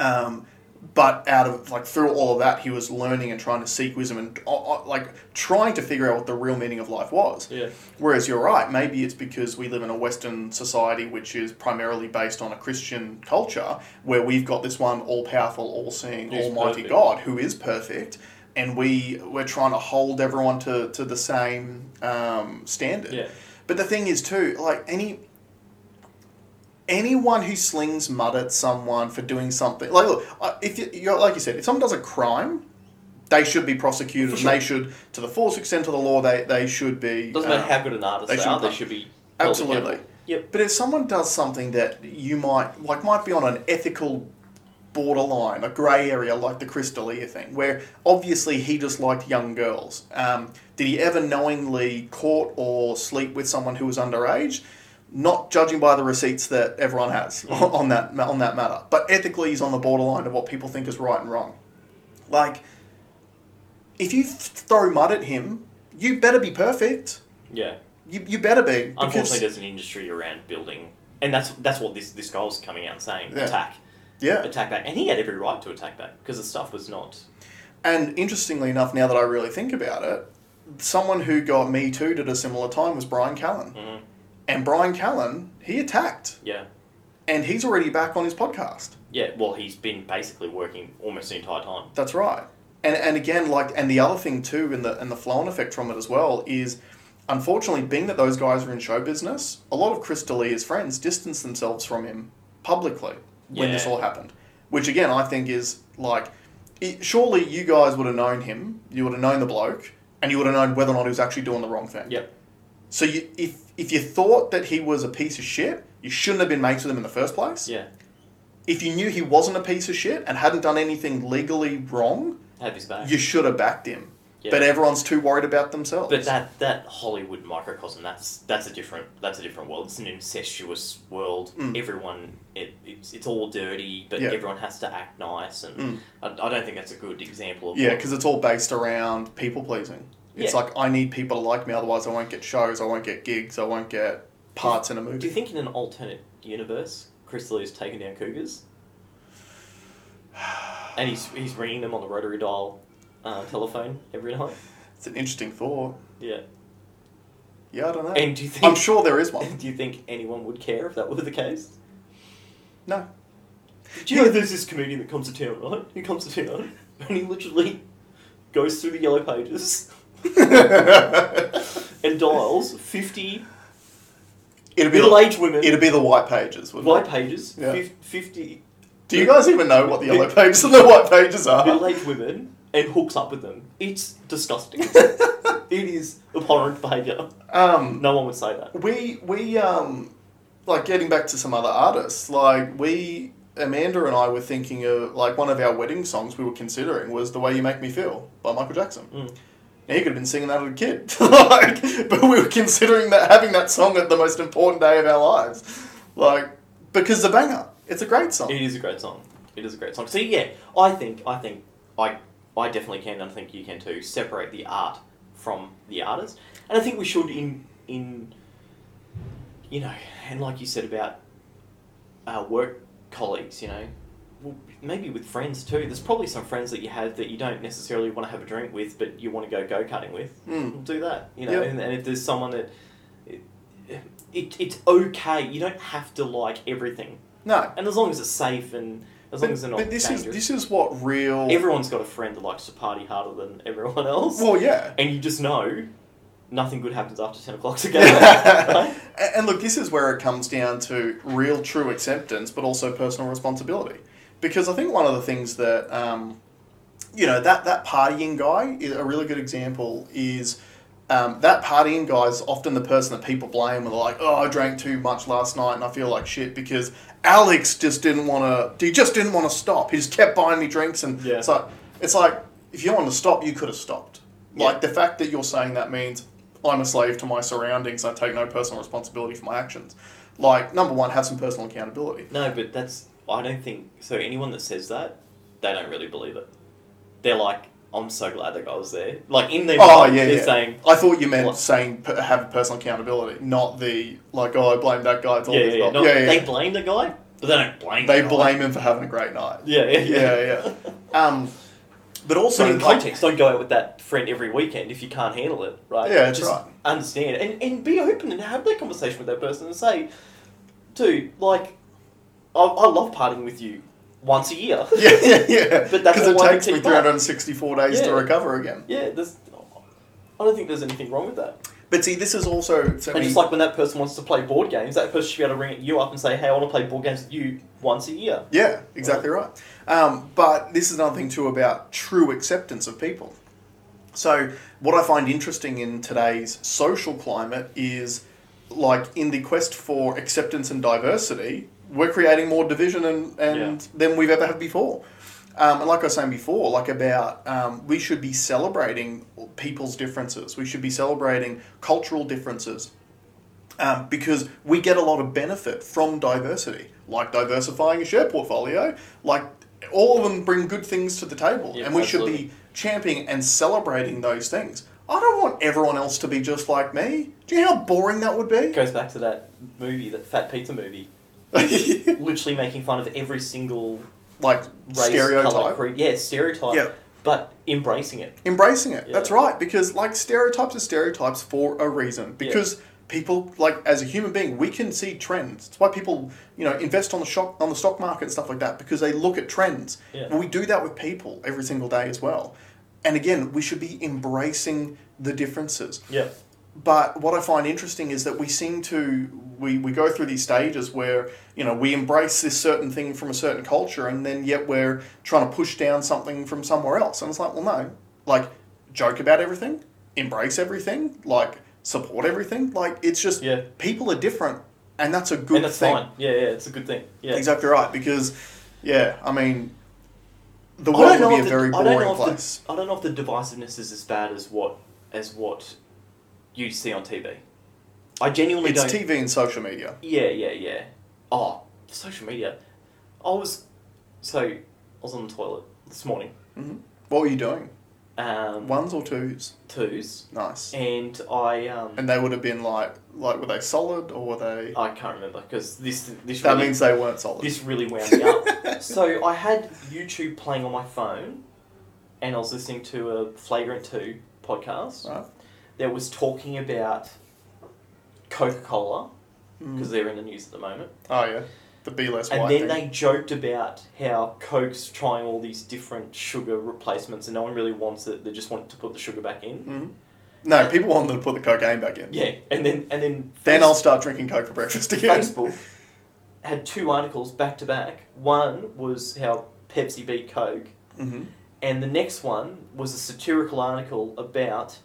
Um, but out of like through all of that, he was learning and trying to seek wisdom and uh, uh, like trying to figure out what the real meaning of life was.
yeah.
Whereas you're right, maybe it's because we live in a Western society which is primarily based on a Christian culture where we've got this one all powerful, all seeing,
Who's
almighty
perfect.
God who is perfect, and we, we're trying to hold everyone to, to the same um, standard.
Yeah.
But the thing is, too, like any. Anyone who slings mud at someone for doing something, like look, I- if you, you're, like you said, if someone does a crime, they should be prosecuted.
For
and They should, to the fullest extent of the law, they, they should be.
Doesn't
um,
matter how good an artist
they
they, are,
should-
they should be held
Absolutely.
accountable. Yep.
But if someone does something that you might like might be on an ethical borderline, a grey area like the Crystalia thing, where obviously he just liked young girls. Um, did he ever knowingly court or sleep with someone who was underage? Not judging by the receipts that everyone has
Hmm.
on that on that matter, but ethically he's on the borderline of what people think is right and wrong. Like, if you th- throw mud at him, you better be perfect.
Yeah.
You, you better be.
Unfortunately,
because-
there's an industry around building, and that's that's what this this guy's coming out and saying:
Yeah.
attack,
yeah.
attack back, and he had every right to attack back because the stuff was not.
And interestingly enough, now that I really think about it, someone who got Me Too'd at a similar time was Brian Callen.
Mhm.
And Brian Callen, he attacked.
Yeah,
And he's already back on his podcast.
yeah. Well, he's been basically working almost the entire time.
That's right. And and again, like and the other thing too, and the and the flow on effect from it as well is unfortunately being that those guys are in show business, a lot of Chris D'Elia's friends distanced themselves from him publicly when this
Yeah.
all happened. Which again I think is like it, surely you guys would have known him, you would have known the bloke, and you would have known whether or not he was actually doing the wrong thing.
Yep.
So you, if if you thought that he was a piece of shit, you shouldn't have been mates with him in the first place.
Yeah.
If you knew he wasn't a piece of shit and hadn't done anything legally wrong,
Have his back.
you should have backed him.
Yeah.
But everyone's too worried about themselves.
But that that Hollywood microcosm that's that's a different that's a different world. It's an incestuous world.
Mm.
Everyone it, it's it's all dirty, but
Yeah.
everyone has to act nice, and
Mm.
I, I don't think that's a good example of
yeah,
what-
because it's all based around people pleasing. It's
Yeah.
like I need people to like me, otherwise I won't get shows, I won't get gigs, I won't get parts in a
Do you
movie.
think in an alternate universe, Chris Lee is taking down cougars? And he's, he's ringing them on the rotary dial uh, telephone every night?
It's an interesting thought.
Yeah.
Yeah, I don't know.
And do you think.
Uh, I'm sure there is one.
Do you think anyone would care if that were the case?
No.
Do you know there's this comedian that comes to town, right? He comes to town and he literally goes through the yellow pages and dials 50
It'd be
middle
the,
aged women,
it'd be the white pages, wouldn't
white
it?
pages,
Yeah.
fif- 50
Do you guys even know what the yellow pages and the white pages
middle
are?
aged women and hooks up with them. It's disgusting. it is abhorrent behaviour.
um,
No one would say that.
we we um like getting back to some other artists like we amanda and i were thinking of like one of our wedding songs we were considering was the way you make me feel by michael jackson
Mm.
now, you could have been singing that as a kid like but we were considering that having that song at the most important day of our lives like because the banger it's a great song
It is a great song. It is a great song. So yeah, I think I think I I definitely can and I think you can too separate the art from the artist. And I think we should in in you know, and like you said about our work colleagues, you know, well, maybe with friends too. There's probably some friends that you have that you don't necessarily want to have a drink with, but you want to go go karting with.
Mm.
do that. You know,
Yeah.
and, and if there's someone that it, it, it's okay. You don't have to like everything,
no
and as long as it's safe and as long
but,
as they're not
but this is
dangerous.
this is what real
Everyone's got a friend that likes to party harder than everyone else,
well yeah
and you just know nothing good happens after ten o'clock again.
and
right?
and look, this is where it comes down to real, true acceptance, but also personal responsibility. Because I think one of the things that, um, you know, that, that partying guy, is a really good example is um, that partying guy is often the person that people blame when they're like, oh, I drank too much last night and I feel like shit because Alex just didn't want to, he just didn't want to stop. He just kept buying me drinks. And
Yeah.
it's, like, it's like, if you wanted to stop, you could have stopped.
Yeah.
Like, the fact that you're saying that means I'm a slave to my surroundings. I take no personal responsibility for my actions. Like number one, have some personal accountability.
No, but that's I don't think so. Anyone that says that, they don't really believe it. They're like, I'm so glad that I was there. Like in the
Oh,
report,
yeah,
they're
yeah.
saying,
I thought you meant
What?
saying per- have personal accountability, not the like. Oh, I blame that guy. It's all
yeah,
his
yeah, yeah.
fault.
Not,
yeah, yeah,
They
yeah.
blame the guy, but they don't blame.
They
the guy.
blame him for having a great night.
Yeah, yeah, yeah.
Yeah, Um, but also
So in
like-
context, don't go out with that friend every weekend if you can't handle it, right?
Yeah, that's
Just
right.
Understand and and be open and have that conversation with that person and say, dude, like, I, I love partying with you once a year.
Yeah, yeah, yeah.
But that's
because
not
it
why we
takes me
keep up.
364 days to
Yeah.
recover again.
yeah. There's, I don't think there's anything wrong with that.
But see, this is also so
and
many-
just like when that person wants to play board games, that person should be able to ring you up and say, "Hey, I want to play board games with you once a year."
yeah, exactly right. Um, but this is another thing too about true acceptance of people. So what I find interesting in today's social climate is like in the quest for acceptance and diversity, we're creating more division and, and than we've ever had before. Um, and like I was saying before, like about um, we should be celebrating people's differences. We should be celebrating cultural differences um, because we get a lot of benefit from diversity, like diversifying a share portfolio. Like all of them bring good things to the table,
Yeah,
and we should
absolutely.
be championing and celebrating those things. I don't want everyone else to be just like me. Do you know how boring that would
It
be?
goes back to that movie, that Fat Pizza movie, literally making fun of every single
like
race, colour,
stereotype.
creed. Yeah, stereotype.
Yeah.
But embracing it.
embracing it.
Yeah.
That's right, because like stereotypes are stereotypes for a reason.
Yeah.
Because people like as a human being, we can see trends. It's why people you know invest on the shock on the stock market and stuff like that because they look at trends.
Yeah.
And we do that with people every single day as well. And again, we should be embracing the differences.
Yeah.
But what I find interesting is that we seem to we, we go through these stages where you know we embrace this certain thing from a certain culture, and then yet we're trying to push down something from somewhere else. And it's like, well, no, like joke about everything, embrace everything, like support everything. Like it's just
Yeah.
people are different, and that's a good
and that's
thing.
fine. Yeah, yeah, it's a good thing. Yeah.
Exactly right, because yeah, I mean, the
I
world
don't know
would be
if
a
the-
very
I don't know
boring
if the-
place.
I don't know if the divisiveness is as bad as what as what you see on TV. I genuinely
It's
don't.
TV and social media.
Yeah, yeah, yeah. Oh, social media. I was so I was on the toilet this morning.
hmm What were you doing?
Um,
Ones or twos?
twos,
Nice.
and I um,
And they would have been like, like were they solid or were they?
I can't remember because this this
That
really,
means they weren't solid.
Uh, this really wound me up. so I had YouTube playing on my phone, and I was listening to a Flagrant Two podcast
Right.
that was talking about Coca Cola
Mm.
because they're in the news at the moment.
Oh yeah, the be less
And
white thing.
then they joked about how Coke's trying all these different sugar replacements and no one really wants it. They just want to put the sugar back in.
Mhm. No, people want them to put the cocaine back in.
Yeah, and then and then
Then I'll start drinking coke for breakfast again.
Facebook had two articles back to back. One was how Pepsi beat Coke,
hmm
and the next one was a satirical article about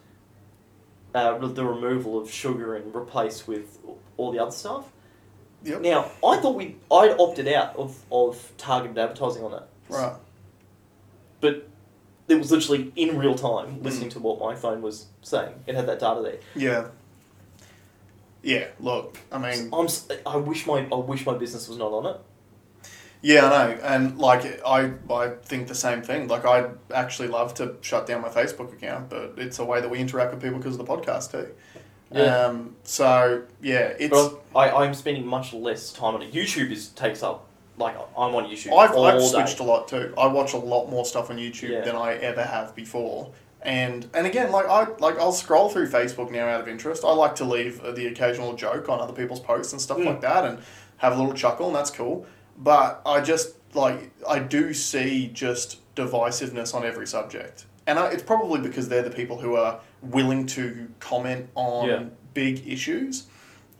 uh, the removal of sugar and replaced with all the other stuff.
Yep.
Now, I thought we I'd opted out of, of targeted advertising on that.
Right.
but it was literally in real time listening
Mm.
to what my phone was saying. It had that data there.
Yeah. Yeah. Look, I mean,
I'm, s- I wish my I wish my business was not on it.
yeah, I know, and like, I I think the same thing. Like, I'd actually love to shut down my Facebook account, but it's a way that we interact with people because of the podcast too.
Yeah.
Um, so yeah, it's.
But I, I'm spending much less time on it. YouTube is takes up like I'm on YouTube
I've,
all
I've
day.
switched a lot too. I watch a lot more stuff on YouTube
Yeah.
than I ever have before. And and again, like I like I'll scroll through Facebook now out of interest. I like to leave uh, the occasional joke on other people's posts and stuff
Mm.
like that, and have a little chuckle, and that's cool. But I just like I do see just divisiveness on every subject, and I, it's probably because they're the people who are willing to comment on
Yeah.
big issues.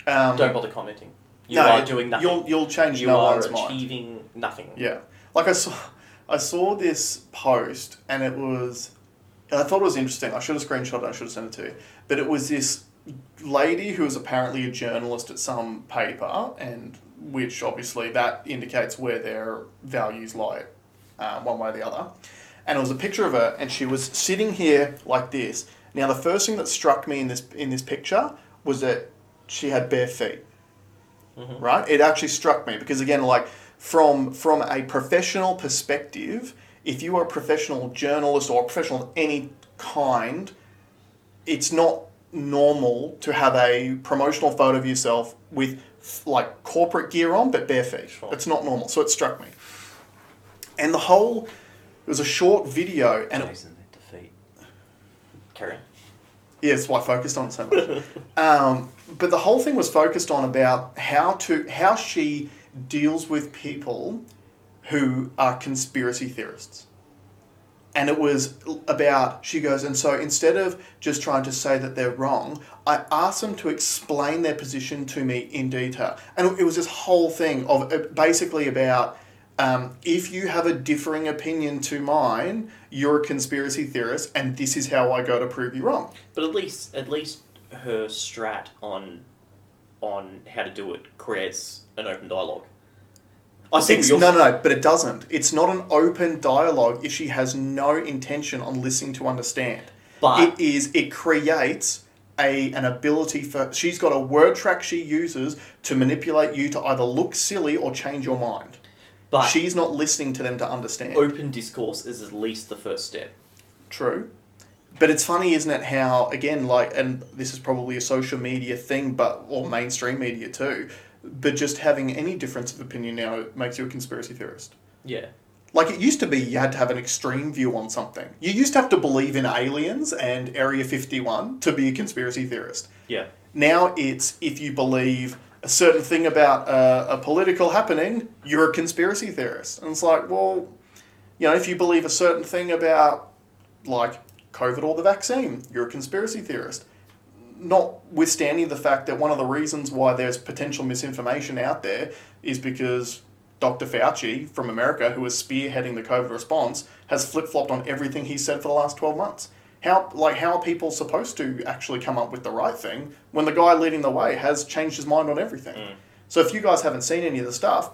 Um,
Don't bother commenting. You
no,
are doing nothing.
You'll you'll change
You
no
are
one's mind.
achieving nothing.
Yeah. Like I saw I saw this post and it was and I thought it was interesting. I should have screenshot it, I should have sent it to you. But it was this lady who was apparently a journalist at some paper and which obviously that indicates where their values lie uh, one way or the other. And it was a picture of her and she was sitting here like this. Now the first thing that struck me in this in this picture was that she had bare feet
Mhm.
right? It actually struck me because again, like from from a professional perspective, if you are a professional journalist or a professional of any kind, it's not normal to have a promotional photo of yourself with f- like corporate gear on but bare feet.
Sure.
It's not normal. So it struck me. And the whole it was a short video and it
Jason, defeat. Carry on.
yeah, it's why I focused on it so much. um, but the whole thing was focused on about how to how she deals with people who are conspiracy theorists. And it was l- about she goes and so instead of just trying to say that they're wrong, I asked them to explain their position to me in detail. And it was this whole thing of uh, basically about um, if you have a differing opinion to mine, you're a conspiracy theorist, and this is how I go to prove you wrong.
But at least, at least her strat on, on how to do it creates an open dialogue. I see.
It's-
what you're-
no, no, no, but it doesn't. It's not an open dialogue if she has no intention on listening to understand.
But-
it is. It creates a an ability for. She's got a word track she uses to manipulate you to either look silly or change your mind.
But Oh,
she's not listening to them to understand.
open discourse is at least the first step.
True. But it's funny, isn't it, how, again, like, and this is probably a social media thing, but, or mainstream media too, but just having any difference of opinion now makes you a conspiracy theorist.
Yeah.
Like, it used to be you had to have an extreme view on something. You used to have to believe in aliens and Area 51 to be a conspiracy theorist.
Yeah.
Now it's if you believe a certain thing about uh, a political happening, you're a conspiracy theorist. And it's like, well, you know, if you believe a certain thing about like COVID or the vaccine, you're a conspiracy theorist. Notwithstanding the fact that one of the reasons why there's potential misinformation out there is because Dr. Fauci from America, who is spearheading the COVID response, has flip flopped on everything he said for the last 12 months. How, like, how are people supposed to actually come up with the right thing when the guy leading the way has changed his mind on everything? So, if you guys haven't seen any of the stuff,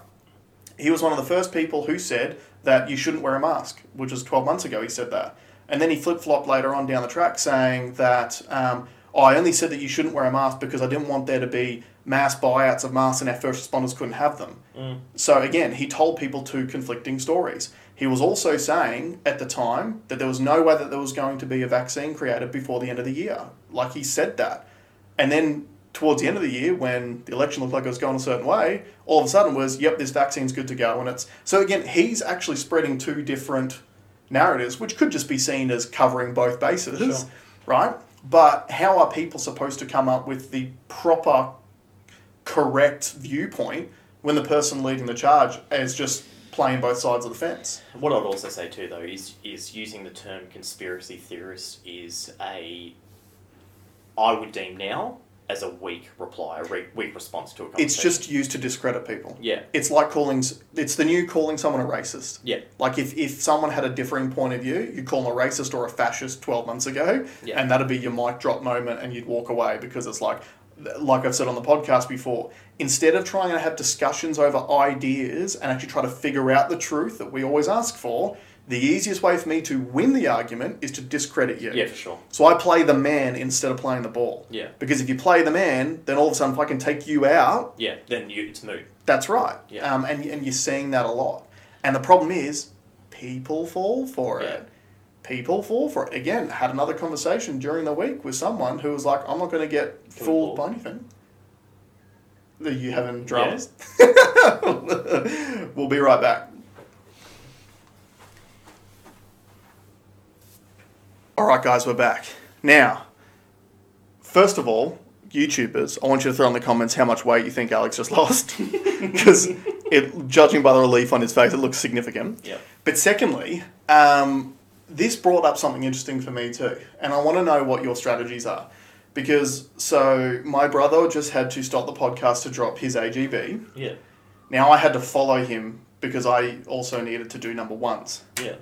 he was one of the first people who said that you shouldn't wear a mask, which was 12 months ago he said that. And then he flip flopped later on down the track saying that um, "Oh, I only said that you shouldn't wear a mask because I didn't want there to be mass buyouts of masks and our first responders couldn't have them. So again, he told people two conflicting stories. He was also saying at the time that there was no way that there was going to be a vaccine created before the end of the year. Like he said that. And then towards the end of the year, when the election looked like it was going a certain way, all of a sudden was, yep, this vaccine's good to go. And it's so again, he's actually spreading two different narratives, which could just be seen as covering both bases,
Sure.
right? But how are people supposed to come up with the proper, correct viewpoint when the person leading the charge is just playing both sides of the fence?
What I'd also say too, though, is is using the term conspiracy theorist is a, I would deem now as a weak reply, a re- weak response to a conversation.
It's just used to discredit people.
yeah,
It's like calling, s- it's the new calling someone a racist.
yeah,
Like if, if someone had a differing point of view, you'd call them a racist or a fascist 12 months ago,
Yeah.
and that'd be your mic drop moment and you'd walk away because it's like, like I've said on the podcast before, instead of trying to have discussions over ideas and actually try to figure out the truth that we always ask for, the easiest way for me to win the argument is to discredit you.
yeah, for sure.
So I play the man instead of playing the ball.
Yeah,
Because if you play the man, then all of a sudden if I can take you out,
yeah. Then you, it's moot.
that's right.
Yeah.
Um, and, and you're seeing that a lot. And the problem is, people fall for
Yeah.
it. People fall for it. Again, had another conversation during the week with someone who was like, I'm not going to get
Can we
fooled by
pause?
anything. Are you having dramas? we'll be right back. All right, guys, we're back. Now, first of all, YouTubers, I want you to throw in the comments how much weight you think Alex just lost, because it, judging by the relief on his face, it looks significant.
Yeah,
But secondly, um, this brought up something interesting for me too, and I want to know what your strategies are, because so my brother just had to stop the podcast to drop his AGB.
yeah,
Now I had to follow him because I also needed to do number ones.
yeah.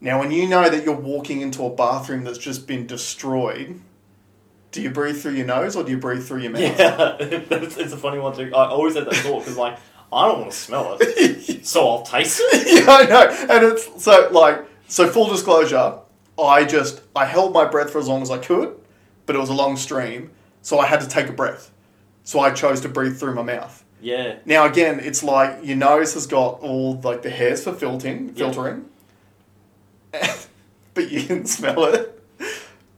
Now, when you know that you're walking into a bathroom that's just been destroyed, do you breathe through your nose or do you breathe through your mouth?
Yeah, it's, it's a funny one too. I always had that thought because like I don't want to smell it, so I'll taste it.
yeah, I know. And it's so like so full disclosure, I just I held my breath for as long as I could, but it was a long stream, so I had to take a breath. So I chose to breathe through my mouth.
Yeah,
Now again, it's like your nose has got all like the hairs for filtering,
Yeah.
filtering. but you can smell it.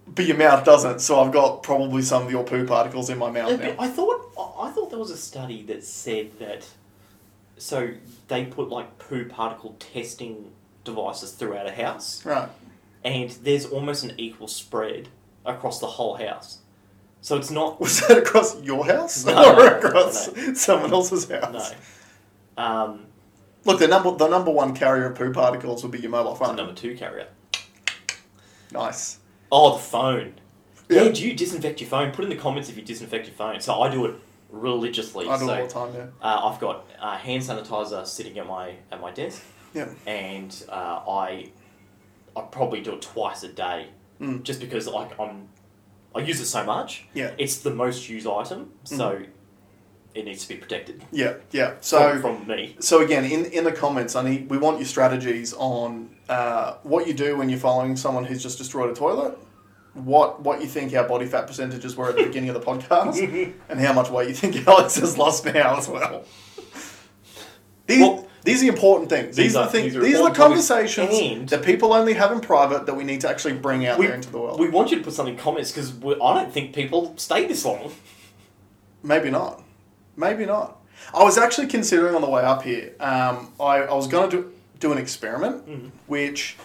But your mouth doesn't, so I've got probably some of your poo particles in my
Yeah,
mouth
but
now.
I thought I I thought there was a study that said that so they put like poo particle testing devices throughout a house
Right.
and there's almost an equal spread across the whole house. So it's not
Was that across your house
No,
or
no, no,
across someone else's house?
no. Um
Look, the number the number one carrier of poo particles would be your mobile
it's a
phone.
number two carrier.
Nice.
Oh the phone. Yeah.
Yeah.
do you disinfect your phone? Put in the comments if you disinfect your phone. So I do it religiously.
I do
so
it all the time. Yeah.
Uh, I've got uh, hand sanitizer sitting at my at my desk.
Yeah.
and uh, I I probably do it twice a day,
Mm.
just because like I'm I use it so much.
Yeah. Mm.
it's the most used item, so it needs to be protected.
Yeah. Yeah. So.
from, from me,
So again, in, in the comments, I need, we want your strategies on uh, what you do when you're following someone who's just destroyed a toilet, what what you think our body fat percentages were at the beginning of the podcast, and how much weight you think Alex has lost now as well. These,
Well-
these are important things. These,
These
are
are-
the things.
these are
These are the
important topics.
conversations
And-
that people only have in private that we need to actually bring out
we,
there into the world.
we want you to put something in comments because I don't think people stay this long.
Maybe not. Maybe not. I was actually considering on the way up here. Um, I, I was going to do, do an experiment, which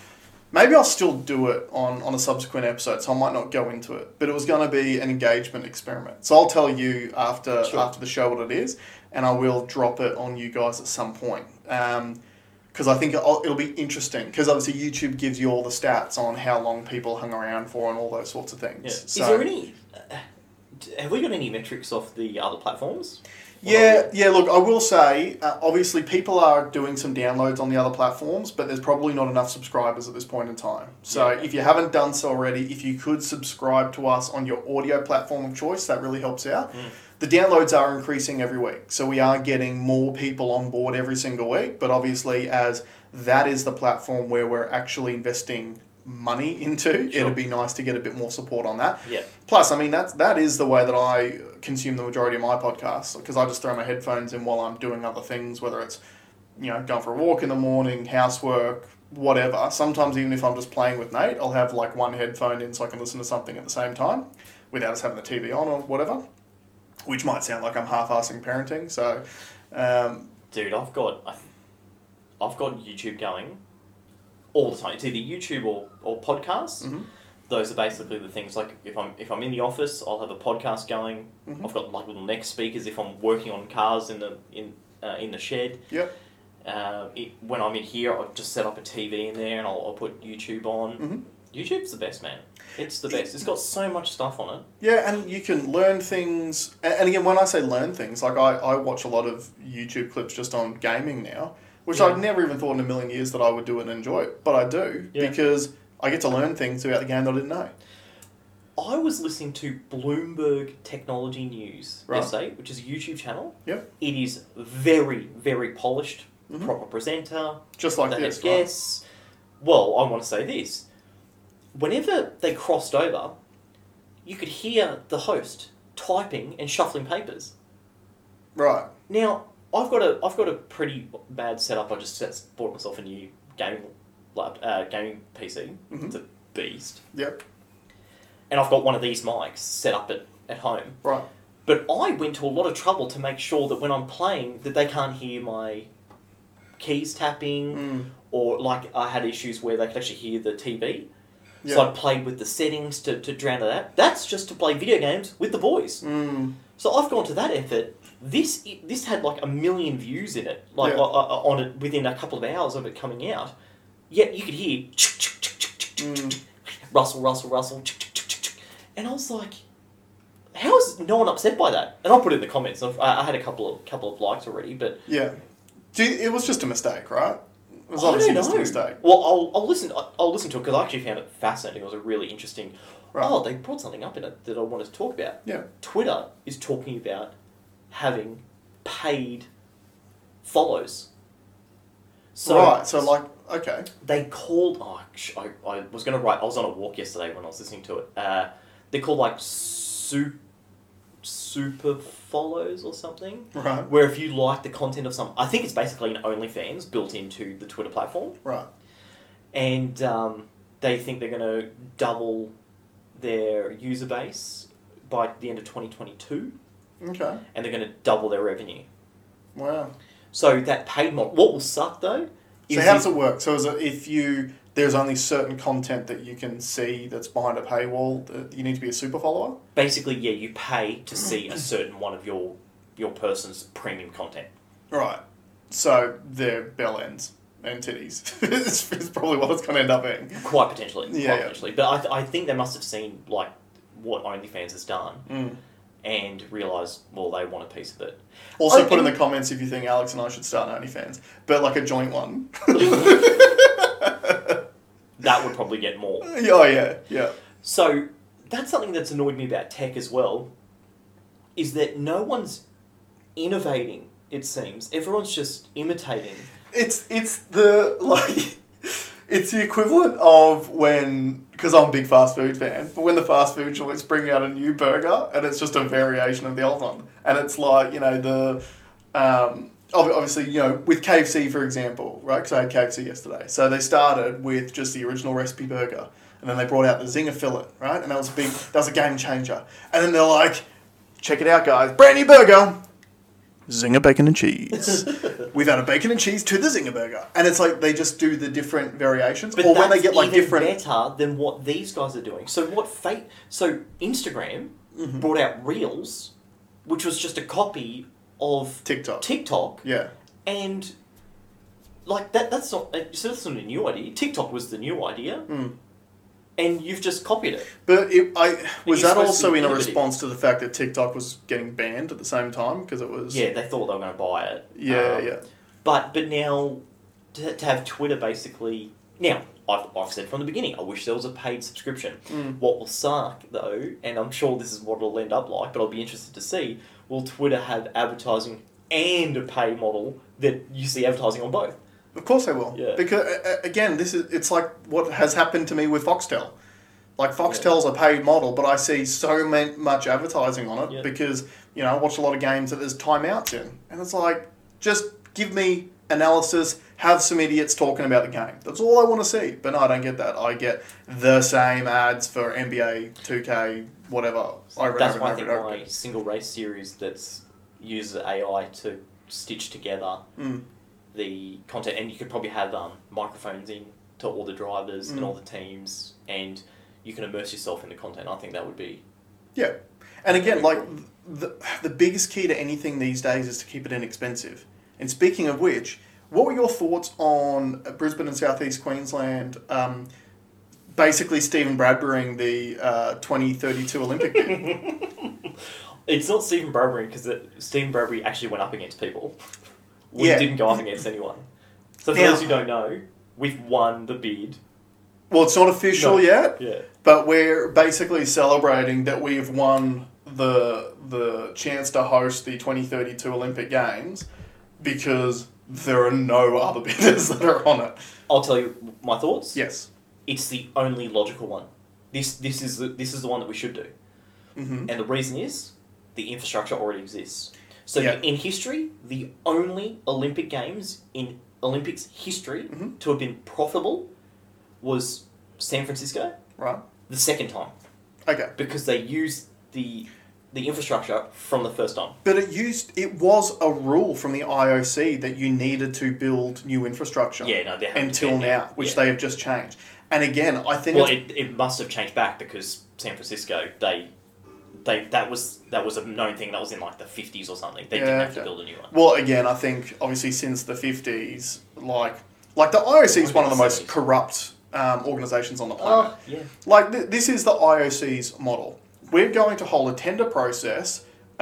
maybe I'll still do it on, on a subsequent episode, so I might not go into it. But it was going to be an engagement experiment. So I'll tell you after
Sure.
after the show what it is, and I will drop it on you guys at some point. Um, because I think it'll, it'll be interesting. Because obviously YouTube gives you all the stats on how long people hung around for and all those sorts of things.
Is
So-
there any? Uh, have we got any metrics off the other platforms?
Yeah, yeah. Look, I will say, uh, obviously, people are doing some downloads on the other platforms, but there's probably not enough subscribers at this point in time. So,
Yeah.
if you haven't done so already, if you could subscribe to us on your audio platform of choice, that really helps out.
Mm.
The downloads are increasing every week, so we are getting more people on board every single week. But obviously, as that is the platform where we're actually investing money into,
Sure.
it'd be nice to get a bit more support on that.
Yeah.
Plus, I mean, that's, that is the way that I consume the majority of my podcasts because I just throw my headphones in while I'm doing other things, whether it's, you know, going for a walk in the morning, housework, whatever. Sometimes, even if I'm just playing with Nate, I'll have like one headphone in so I can listen to something at the same time without us having the TV on or whatever, which might sound like I'm half assing parenting. So, um,
Dude, I've got I- I've got YouTube going all the time. It's either YouTube or, or podcasts.
Mhm.
Those are basically the things like if I'm if I'm in the office, I'll have a podcast going.
Mhm.
I've got like little neck speakers if I'm working on cars in the in uh, in the shed.
yep.
Uh, it, when I'm in here, I'll just set up a TV in there and I'll, I'll put YouTube on.
Mhm.
YouTube's the best, man. It's the best. It's got so much stuff on it.
Yeah, and you can learn things. a- And again, when I say learn things, like I, I watch a lot of YouTube clips just on gaming now, which
Yeah.
I'd never even thought in a million years that I would do and enjoy it, but I do
Yeah.
because I get to learn things about the game that I didn't know.
I was listening to Bloomberg Technology News
Right.
yesterday, which is a YouTube channel.
Yep.
It is very, very polished,
Mhm.
proper presenter.
Just like
they
this,
have
right?
guests. Well, I want to say this. Whenever they crossed over, you could hear the host typing and shuffling papers.
Right.
Now, I've got a I've got a pretty bad setup. I just set, bought myself a new gaming lab, uh, gaming PC.
Mhm.
It's a beast,
Yep.
and I've got one of these mics set up at, at home.
Right.
But I went to a lot of trouble to make sure that when I'm playing, that they can't hear my keys tapping,
Mm.
or like I had issues where they could actually hear the TV.
Yeah.
So I played with the settings to, to drown it out. That's just to play video games with the boys.
Mm.
So I've gone to that effort. This i- this had like a million views in it, like
Yeah.
o- o- on it within a couple of hours of it coming out. Yet you could hear
Mm.
Russell, Russell, Russell, and I was like, how is no one upset by that? And I'll put it in the comments. I've, I I had a couple of couple of likes already, but
Yeah. Do you- it was just a mistake, right? It was
I
obviously
don't
just a
know.
mistake.
Well, I'll, I'll listen. I'll, I'll listen to it because I actually found it fascinating. It was a really interesting.
Right.
Oh, they brought something up in it that I wanted to talk about.
Yeah.
Twitter is talking about having paid follows. So
right. So, like, okay.
they called. Oh, sh- I, I was going to write. I was on a walk yesterday when I was listening to it. Uh, they called like su- super follows or something,
Right.
where if you like the content of some, I think it's basically an OnlyFans built into the Twitter platform,
Right.
and um, they think they're going to double their user base by the end of 2022
Okay.
and they're going to double their revenue.
Wow.
So that paid model. What will suck though
So
is
how
if-
does it work? So is it if you there's only certain content that you can see that's behind a paywall that you need to be a super follower?
basically yeah you pay to see a certain one of your your person's premium content.
Right. So they're bell ends and titties. it's, it's probably what it's going to end up being.
Quite potentially,
Yeah,
quite
yeah.
potentially. But I, th- I think they must have seen like what OnlyFans has done
Mm.
and realized well they want a piece of it.
Also,
Oh,
put in
and-
the comments if you think Alex and I should start an OnlyFans, but like a joint one.
That would probably get more.
oh yeah, yeah.
So that's something that's annoyed me about tech as well, is that no one's innovating. It seems everyone's just imitating.
It's it's the like it's the equivalent of when because I'm a big fast food fan, but when the fast food joints bring out a new burger and it's just a variation of the old one, and it's like you know the um, ob- obviously you know with KFC for example, right? Because I had KFC yesterday, so they started with just the original recipe burger, and then they brought out the zinger fillet, right? And that was a big that was a game changer, and then they're like, check it out, guys, brand new burger, Zinger bacon and cheese. We've added bacon and cheese to the Zinger burger, and it's like they just do the different variations,
But
or
that's
when they get like
even
different.
better than what these guys are doing. So what fate? So Instagram
Mm-hmm.
brought out Reels, which was just a copy of
TikTok.
TikTok,
Yeah,
and like that. That's not. uh, So that's not a new idea. TikTok was the new idea,
Mm.
and you've just copied it.
but it, I was
you're
that
supposed to
also
be
in a
innovative.
response to the fact that TikTok was getting banned at the same time because it was
Yeah, they thought they were going to buy it.
yeah
Um,
yeah
But but now to, to have Twitter basically now I've, I've said from the beginning I wish there was a paid subscription.
Mm.
What will suck though, and I'm sure this is what it'll end up like, but I'll be interested to see will Twitter have advertising and a pay model that you see advertising on both?
Of course they will.
Yeah.
Because uh, again, this is it's like what has happened to me with Foxtel. Like Foxtel's a paid model, but I see so ma- much advertising on it
Yeah.
because you know I watch a lot of games that there's timeouts in, and it's like just give me analysis, have some idiots talking about the game. That's all I want to see. But no, I don't get that. I get the same ads for NBA, 2K, whatever. Over and
that's
over
why I
and
think
over and over.
my single race series that's uses AI to stitch together
Mm.
the content, and you could probably have um, microphones in to all the drivers
Mm.
and all the teams, and you can immerse yourself in the content. I think that would be
Yeah, and again, like the the biggest key to anything these days is to keep it inexpensive. And speaking of which, what were your thoughts on uh, Brisbane and Southeast Queensland? Um, basically, Stephen Bradburying the uh, twenty thirty two Olympic bid.
It's not Stephen Bradbury because Stephen Bradbury actually went up against people. We
Yeah.
didn't go up against anyone. So for
Now-
those who don't know, we've won the bid.
Well, it's not official
No.
yet,
Yeah.
but we're basically celebrating that we've won the the chance to host the twenty thirty two Olympic Games because there are no other bidders that are on it.
I'll tell you my thoughts.
Yes.
It's the only logical one. This this is the, this is the one that we should do.
hmm
And the reason is the infrastructure already exists. So
Yeah.
in history, the only Olympic Games in Olympics history
Mhm.
to have been profitable was San Francisco
Right.
the second time.
Okay.
because they used the the infrastructure from the first time.
But it used it was a rule from the IOC that you needed to build new infrastructure.
Yeah, no, they haven't
until
been there.
now, which
Yeah.
they have just changed. And again, I think
Well,
it's,
it, it must have changed back because San Francisco they they that was that was a known thing that was in like the fifties or something. They
Yeah,
didn't have to
okay.
build a new one.
well, again, I think obviously since the fifties, like like the IOC is one of the most corrupt um, organizations on the planet.
Oh yeah,
Like th- this is the IOC's model. We're going to hold a tender process,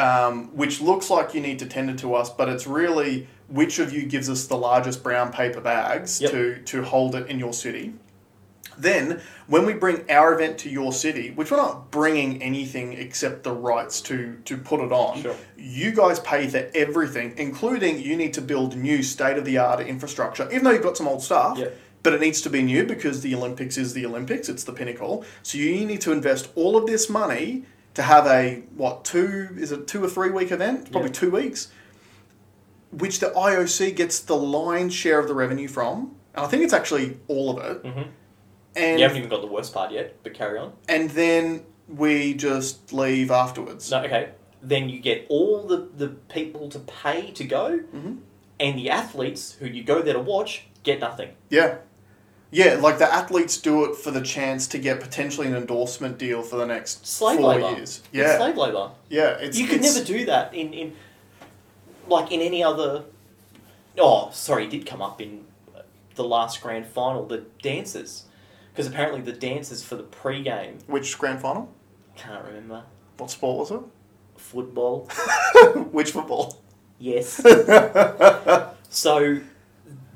um, which looks like you need to tender to us, but it's really which of you gives us the largest brown paper bags
Yep.
to to hold it in your city. Then, when we bring our event to your city, which we're not bringing anything except the rights to to put it on,
Sure.
you guys pay for everything, including you need to build new state of the art infrastructure, even though you've got some old stuff.
Yep.
But it needs to be new because the Olympics is the Olympics; it's the pinnacle. So you need to invest all of this money to have a what two is it two or three week event? It's Probably
Yeah.
two weeks which the IOC gets the lion's share of the revenue from, and I think it's actually all of it.
Mhm.
and
you haven't even got the worst part yet, but carry on.
and then we just leave afterwards.
No, okay. Then you get all the, the people to pay to go,
Mhm.
and the athletes who you go there to watch get nothing.
Yeah. Yeah, like the athletes do it for the chance to get potentially an endorsement deal for the next
Slave
four
labor.
years.
It's
Yeah,
slave labor.
yeah. It's
you could
it's-
never do that in, in like in any other. Oh, sorry, it did come up in the last grand final. The dancers, because apparently the dancers for the pre-game
Which grand final?
can't remember
What sport was it?
football.
Which football?
Yes.
yeah,
So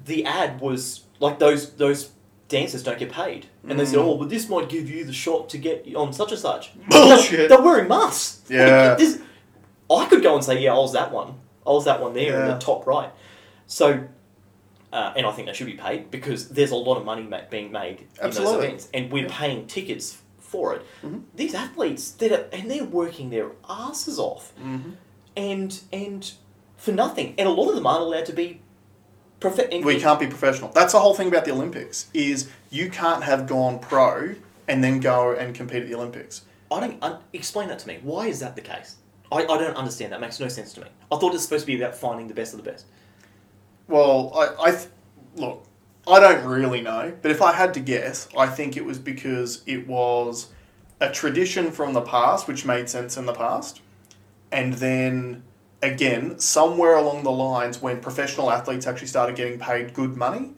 the ad was like those those dancers don't get paid, and they said,
Mm.
"Oh, well, this might give you the shot to get on such and such."
Bullshit.
They're wearing masks. Like,
Yeah.
this, I could go and say, "Yeah, I was that one. I was that one there in
Yeah.
the top right." So. Uh, and I think they should be paid because there's a lot of money ma- being made in those
Absolutely.
events, and we're paying tickets for it.
Mhm.
These athletes, they're, and they're working their asses off,
Mm-hmm.
and and for nothing. And a lot of them aren't allowed to be. Prof- and-
we can't be professional. That's the whole thing about the Olympics is you can't have gone pro and then go and compete at the Olympics.
I don't un- explain that to me. Why is that the case? I, I don't understand. That makes no sense to me. I thought it's supposed to be about finding the best of the best.
Well, I, I th- look, I don't really know, but if I had to guess, I think it was because it was a tradition from the past, which made sense in the past, and then again somewhere along the lines when professional athletes actually started getting paid good money.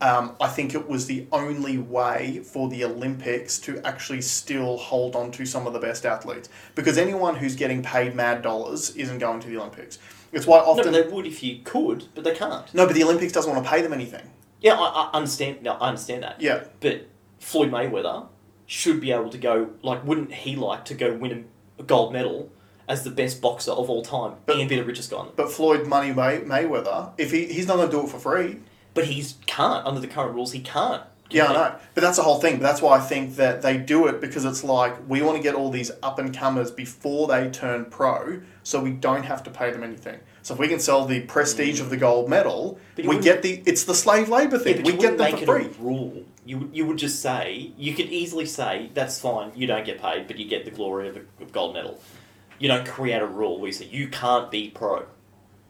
Um, I think it was the only way for the Olympics to actually still hold on to some of the best athletes because anyone who's getting paid mad dollars isn't going to the Olympics. It's why
No,
often
but they would if you could, but they can't.
no, but the Olympics doesn't want to pay them anything.
Yeah, I, I understand. No, I understand that.
Yeah.
But Floyd Mayweather should be able to go. Like, wouldn't he like to go win a gold medal as the best boxer of all time
But-
and be the richest guy? on the-
But Floyd Money May- Mayweather, if he, he's not going to do it for free.
But he's can't under the current rules. He can't.
Yeah, I know. But that's the whole thing. But that's why I think that they do it because it's like we want to get all these up and comers before they turn pro, so we don't have to pay them anything. So if we can sell the prestige of the gold medal,
Mm. But
we
you wouldn't-
get the it's the slave labor
Yeah,
thing.
but
we
you
get
wouldn't
them
make
for free.
it a rule. You would, you would just say you could easily say that's fine. You don't get paid, but you get the glory of a of gold medal. You don't create a rule where you say you can't be pro.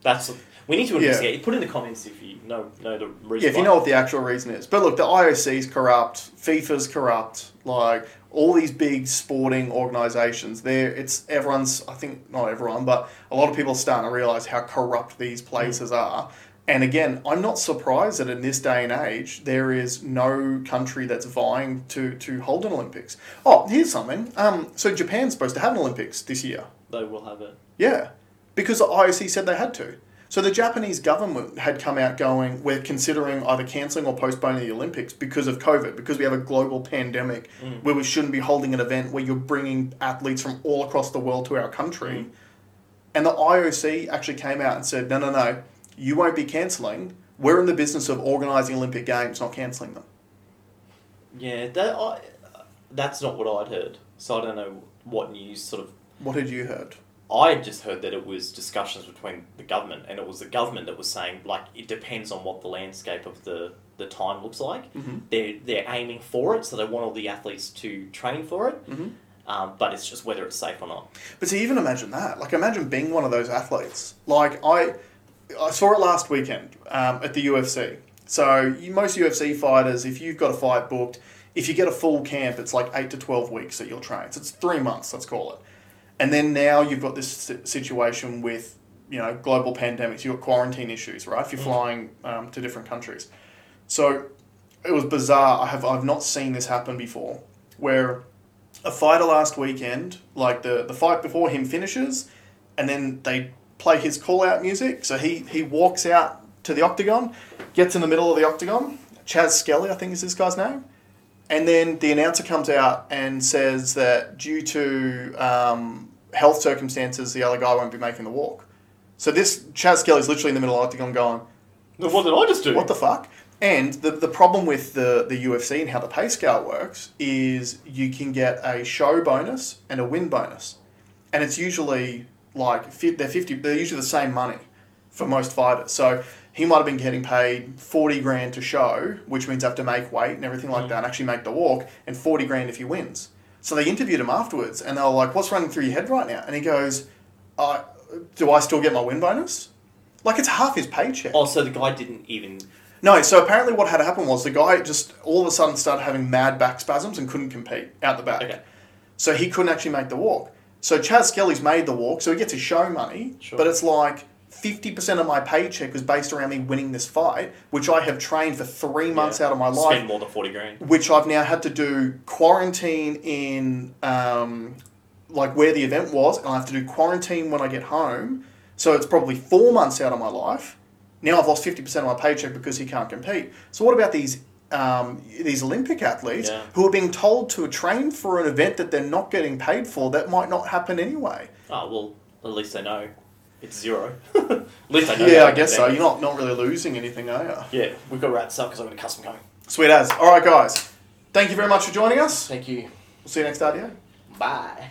That's we need to
Yeah.
investigate. Put in the comments if you know know the reason.
Yeah, if you
why.
know what the actual reason is. But look, the IOC's corrupt, FIFA's corrupt, like all these big sporting organisations, there it's everyone's I think not everyone, but a lot of people are starting to realise how corrupt these places are. And again, I'm not surprised that in this day and age there is no country that's vying to, to hold an Olympics. Oh, here's something. Um, so Japan's supposed to have an Olympics this year.
they will have it.
Yeah, because the IOC said they had to. So the Japanese government had come out going, we're considering either cancelling or postponing the Olympics because of COVID, because we have a global pandemic where we shouldn't be holding an event where you're bringing athletes from all across the world to our country. And the IOC actually came out and said, no, no, no, you won't be cancelling. We're in the business of organising Olympic Games, not cancelling them.
Yeah, that I, that's not what I'd heard. So I don't know what news sort of
What had you heard?
I had just heard that it was discussions between the government, and it was the government that was saying like it depends on what the landscape of the, the time looks like.
Mhm.
They're they're aiming for it, so they want all the athletes to train for it.
Mhm.
Um, but it's just whether it's safe or not.
But to even imagine that, like imagine being one of those athletes. Like I, I saw it last weekend um, at the UFC. So you, most UFC fighters, if you've got a fight booked, if you get a full camp, it's like eight to twelve weeks that you'll train. So it's three months, let's call it. And then now you've got this si- situation with you know global pandemics. You've got quarantine issues, right? If you're
Mm.
flying um, to different countries, so it was bizarre. I have I've not seen this happen before, where a fighter last weekend, like the the fight before him finishes, and then they play his call out music. So he he walks out to the octagon, gets in the middle of the octagon. Chaz Skelly, I think is this guy's name, and then the announcer comes out and says that due to um, health circumstances, the other guy won't be making the walk. So this Chaz Skelly's literally in the middle of the octagon going.
What did I just do?
What the fuck? And the, the problem with the, the UFC and how the pay scale works is you can get a show bonus and a win bonus. And it's usually like fi- they're 50, they're usually the same money for most fighters. So he might have been getting paid 40 grand to show, which means I have to make weight and everything like that and actually make the walk, and 40 grand if he wins. So they interviewed him afterwards and they were like, What's running through your head right now? And he goes, uh, Do I still get my win bonus? Like, it's half his paycheck.
Oh, so the guy didn't even.
No, so apparently what had happened was the guy just all of a sudden started having mad back spasms and couldn't compete out the back.
Okay.
So he couldn't actually make the walk. So Chaz Skelly's made the walk, so he gets his show money,
Sure.
but it's like 50% of my paycheck was based around me winning this fight, which I have trained for three months
yeah,
out of my life
Spend more than 40 grand.
which I've now had to do quarantine in, um, like where the event was, and I have to do quarantine when I get home. So it's probably four months out of my life. Now I've lost fifty percent of my paycheck because he can't compete. So what about these um, these Olympic athletes
Yeah.
who are being told to train for an event that they're not getting paid for that might not happen anyway?
Oh, well, at least they know it's zero. at least I know.
Yeah,
that.
I guess so. You're not not really losing anything, are you?
Yeah, we've got to wrap this up because I'm going to custom go.
Sweet as. All right, guys. Thank you very much for joining us.
Thank you.
We'll see you next RDA.
Bye.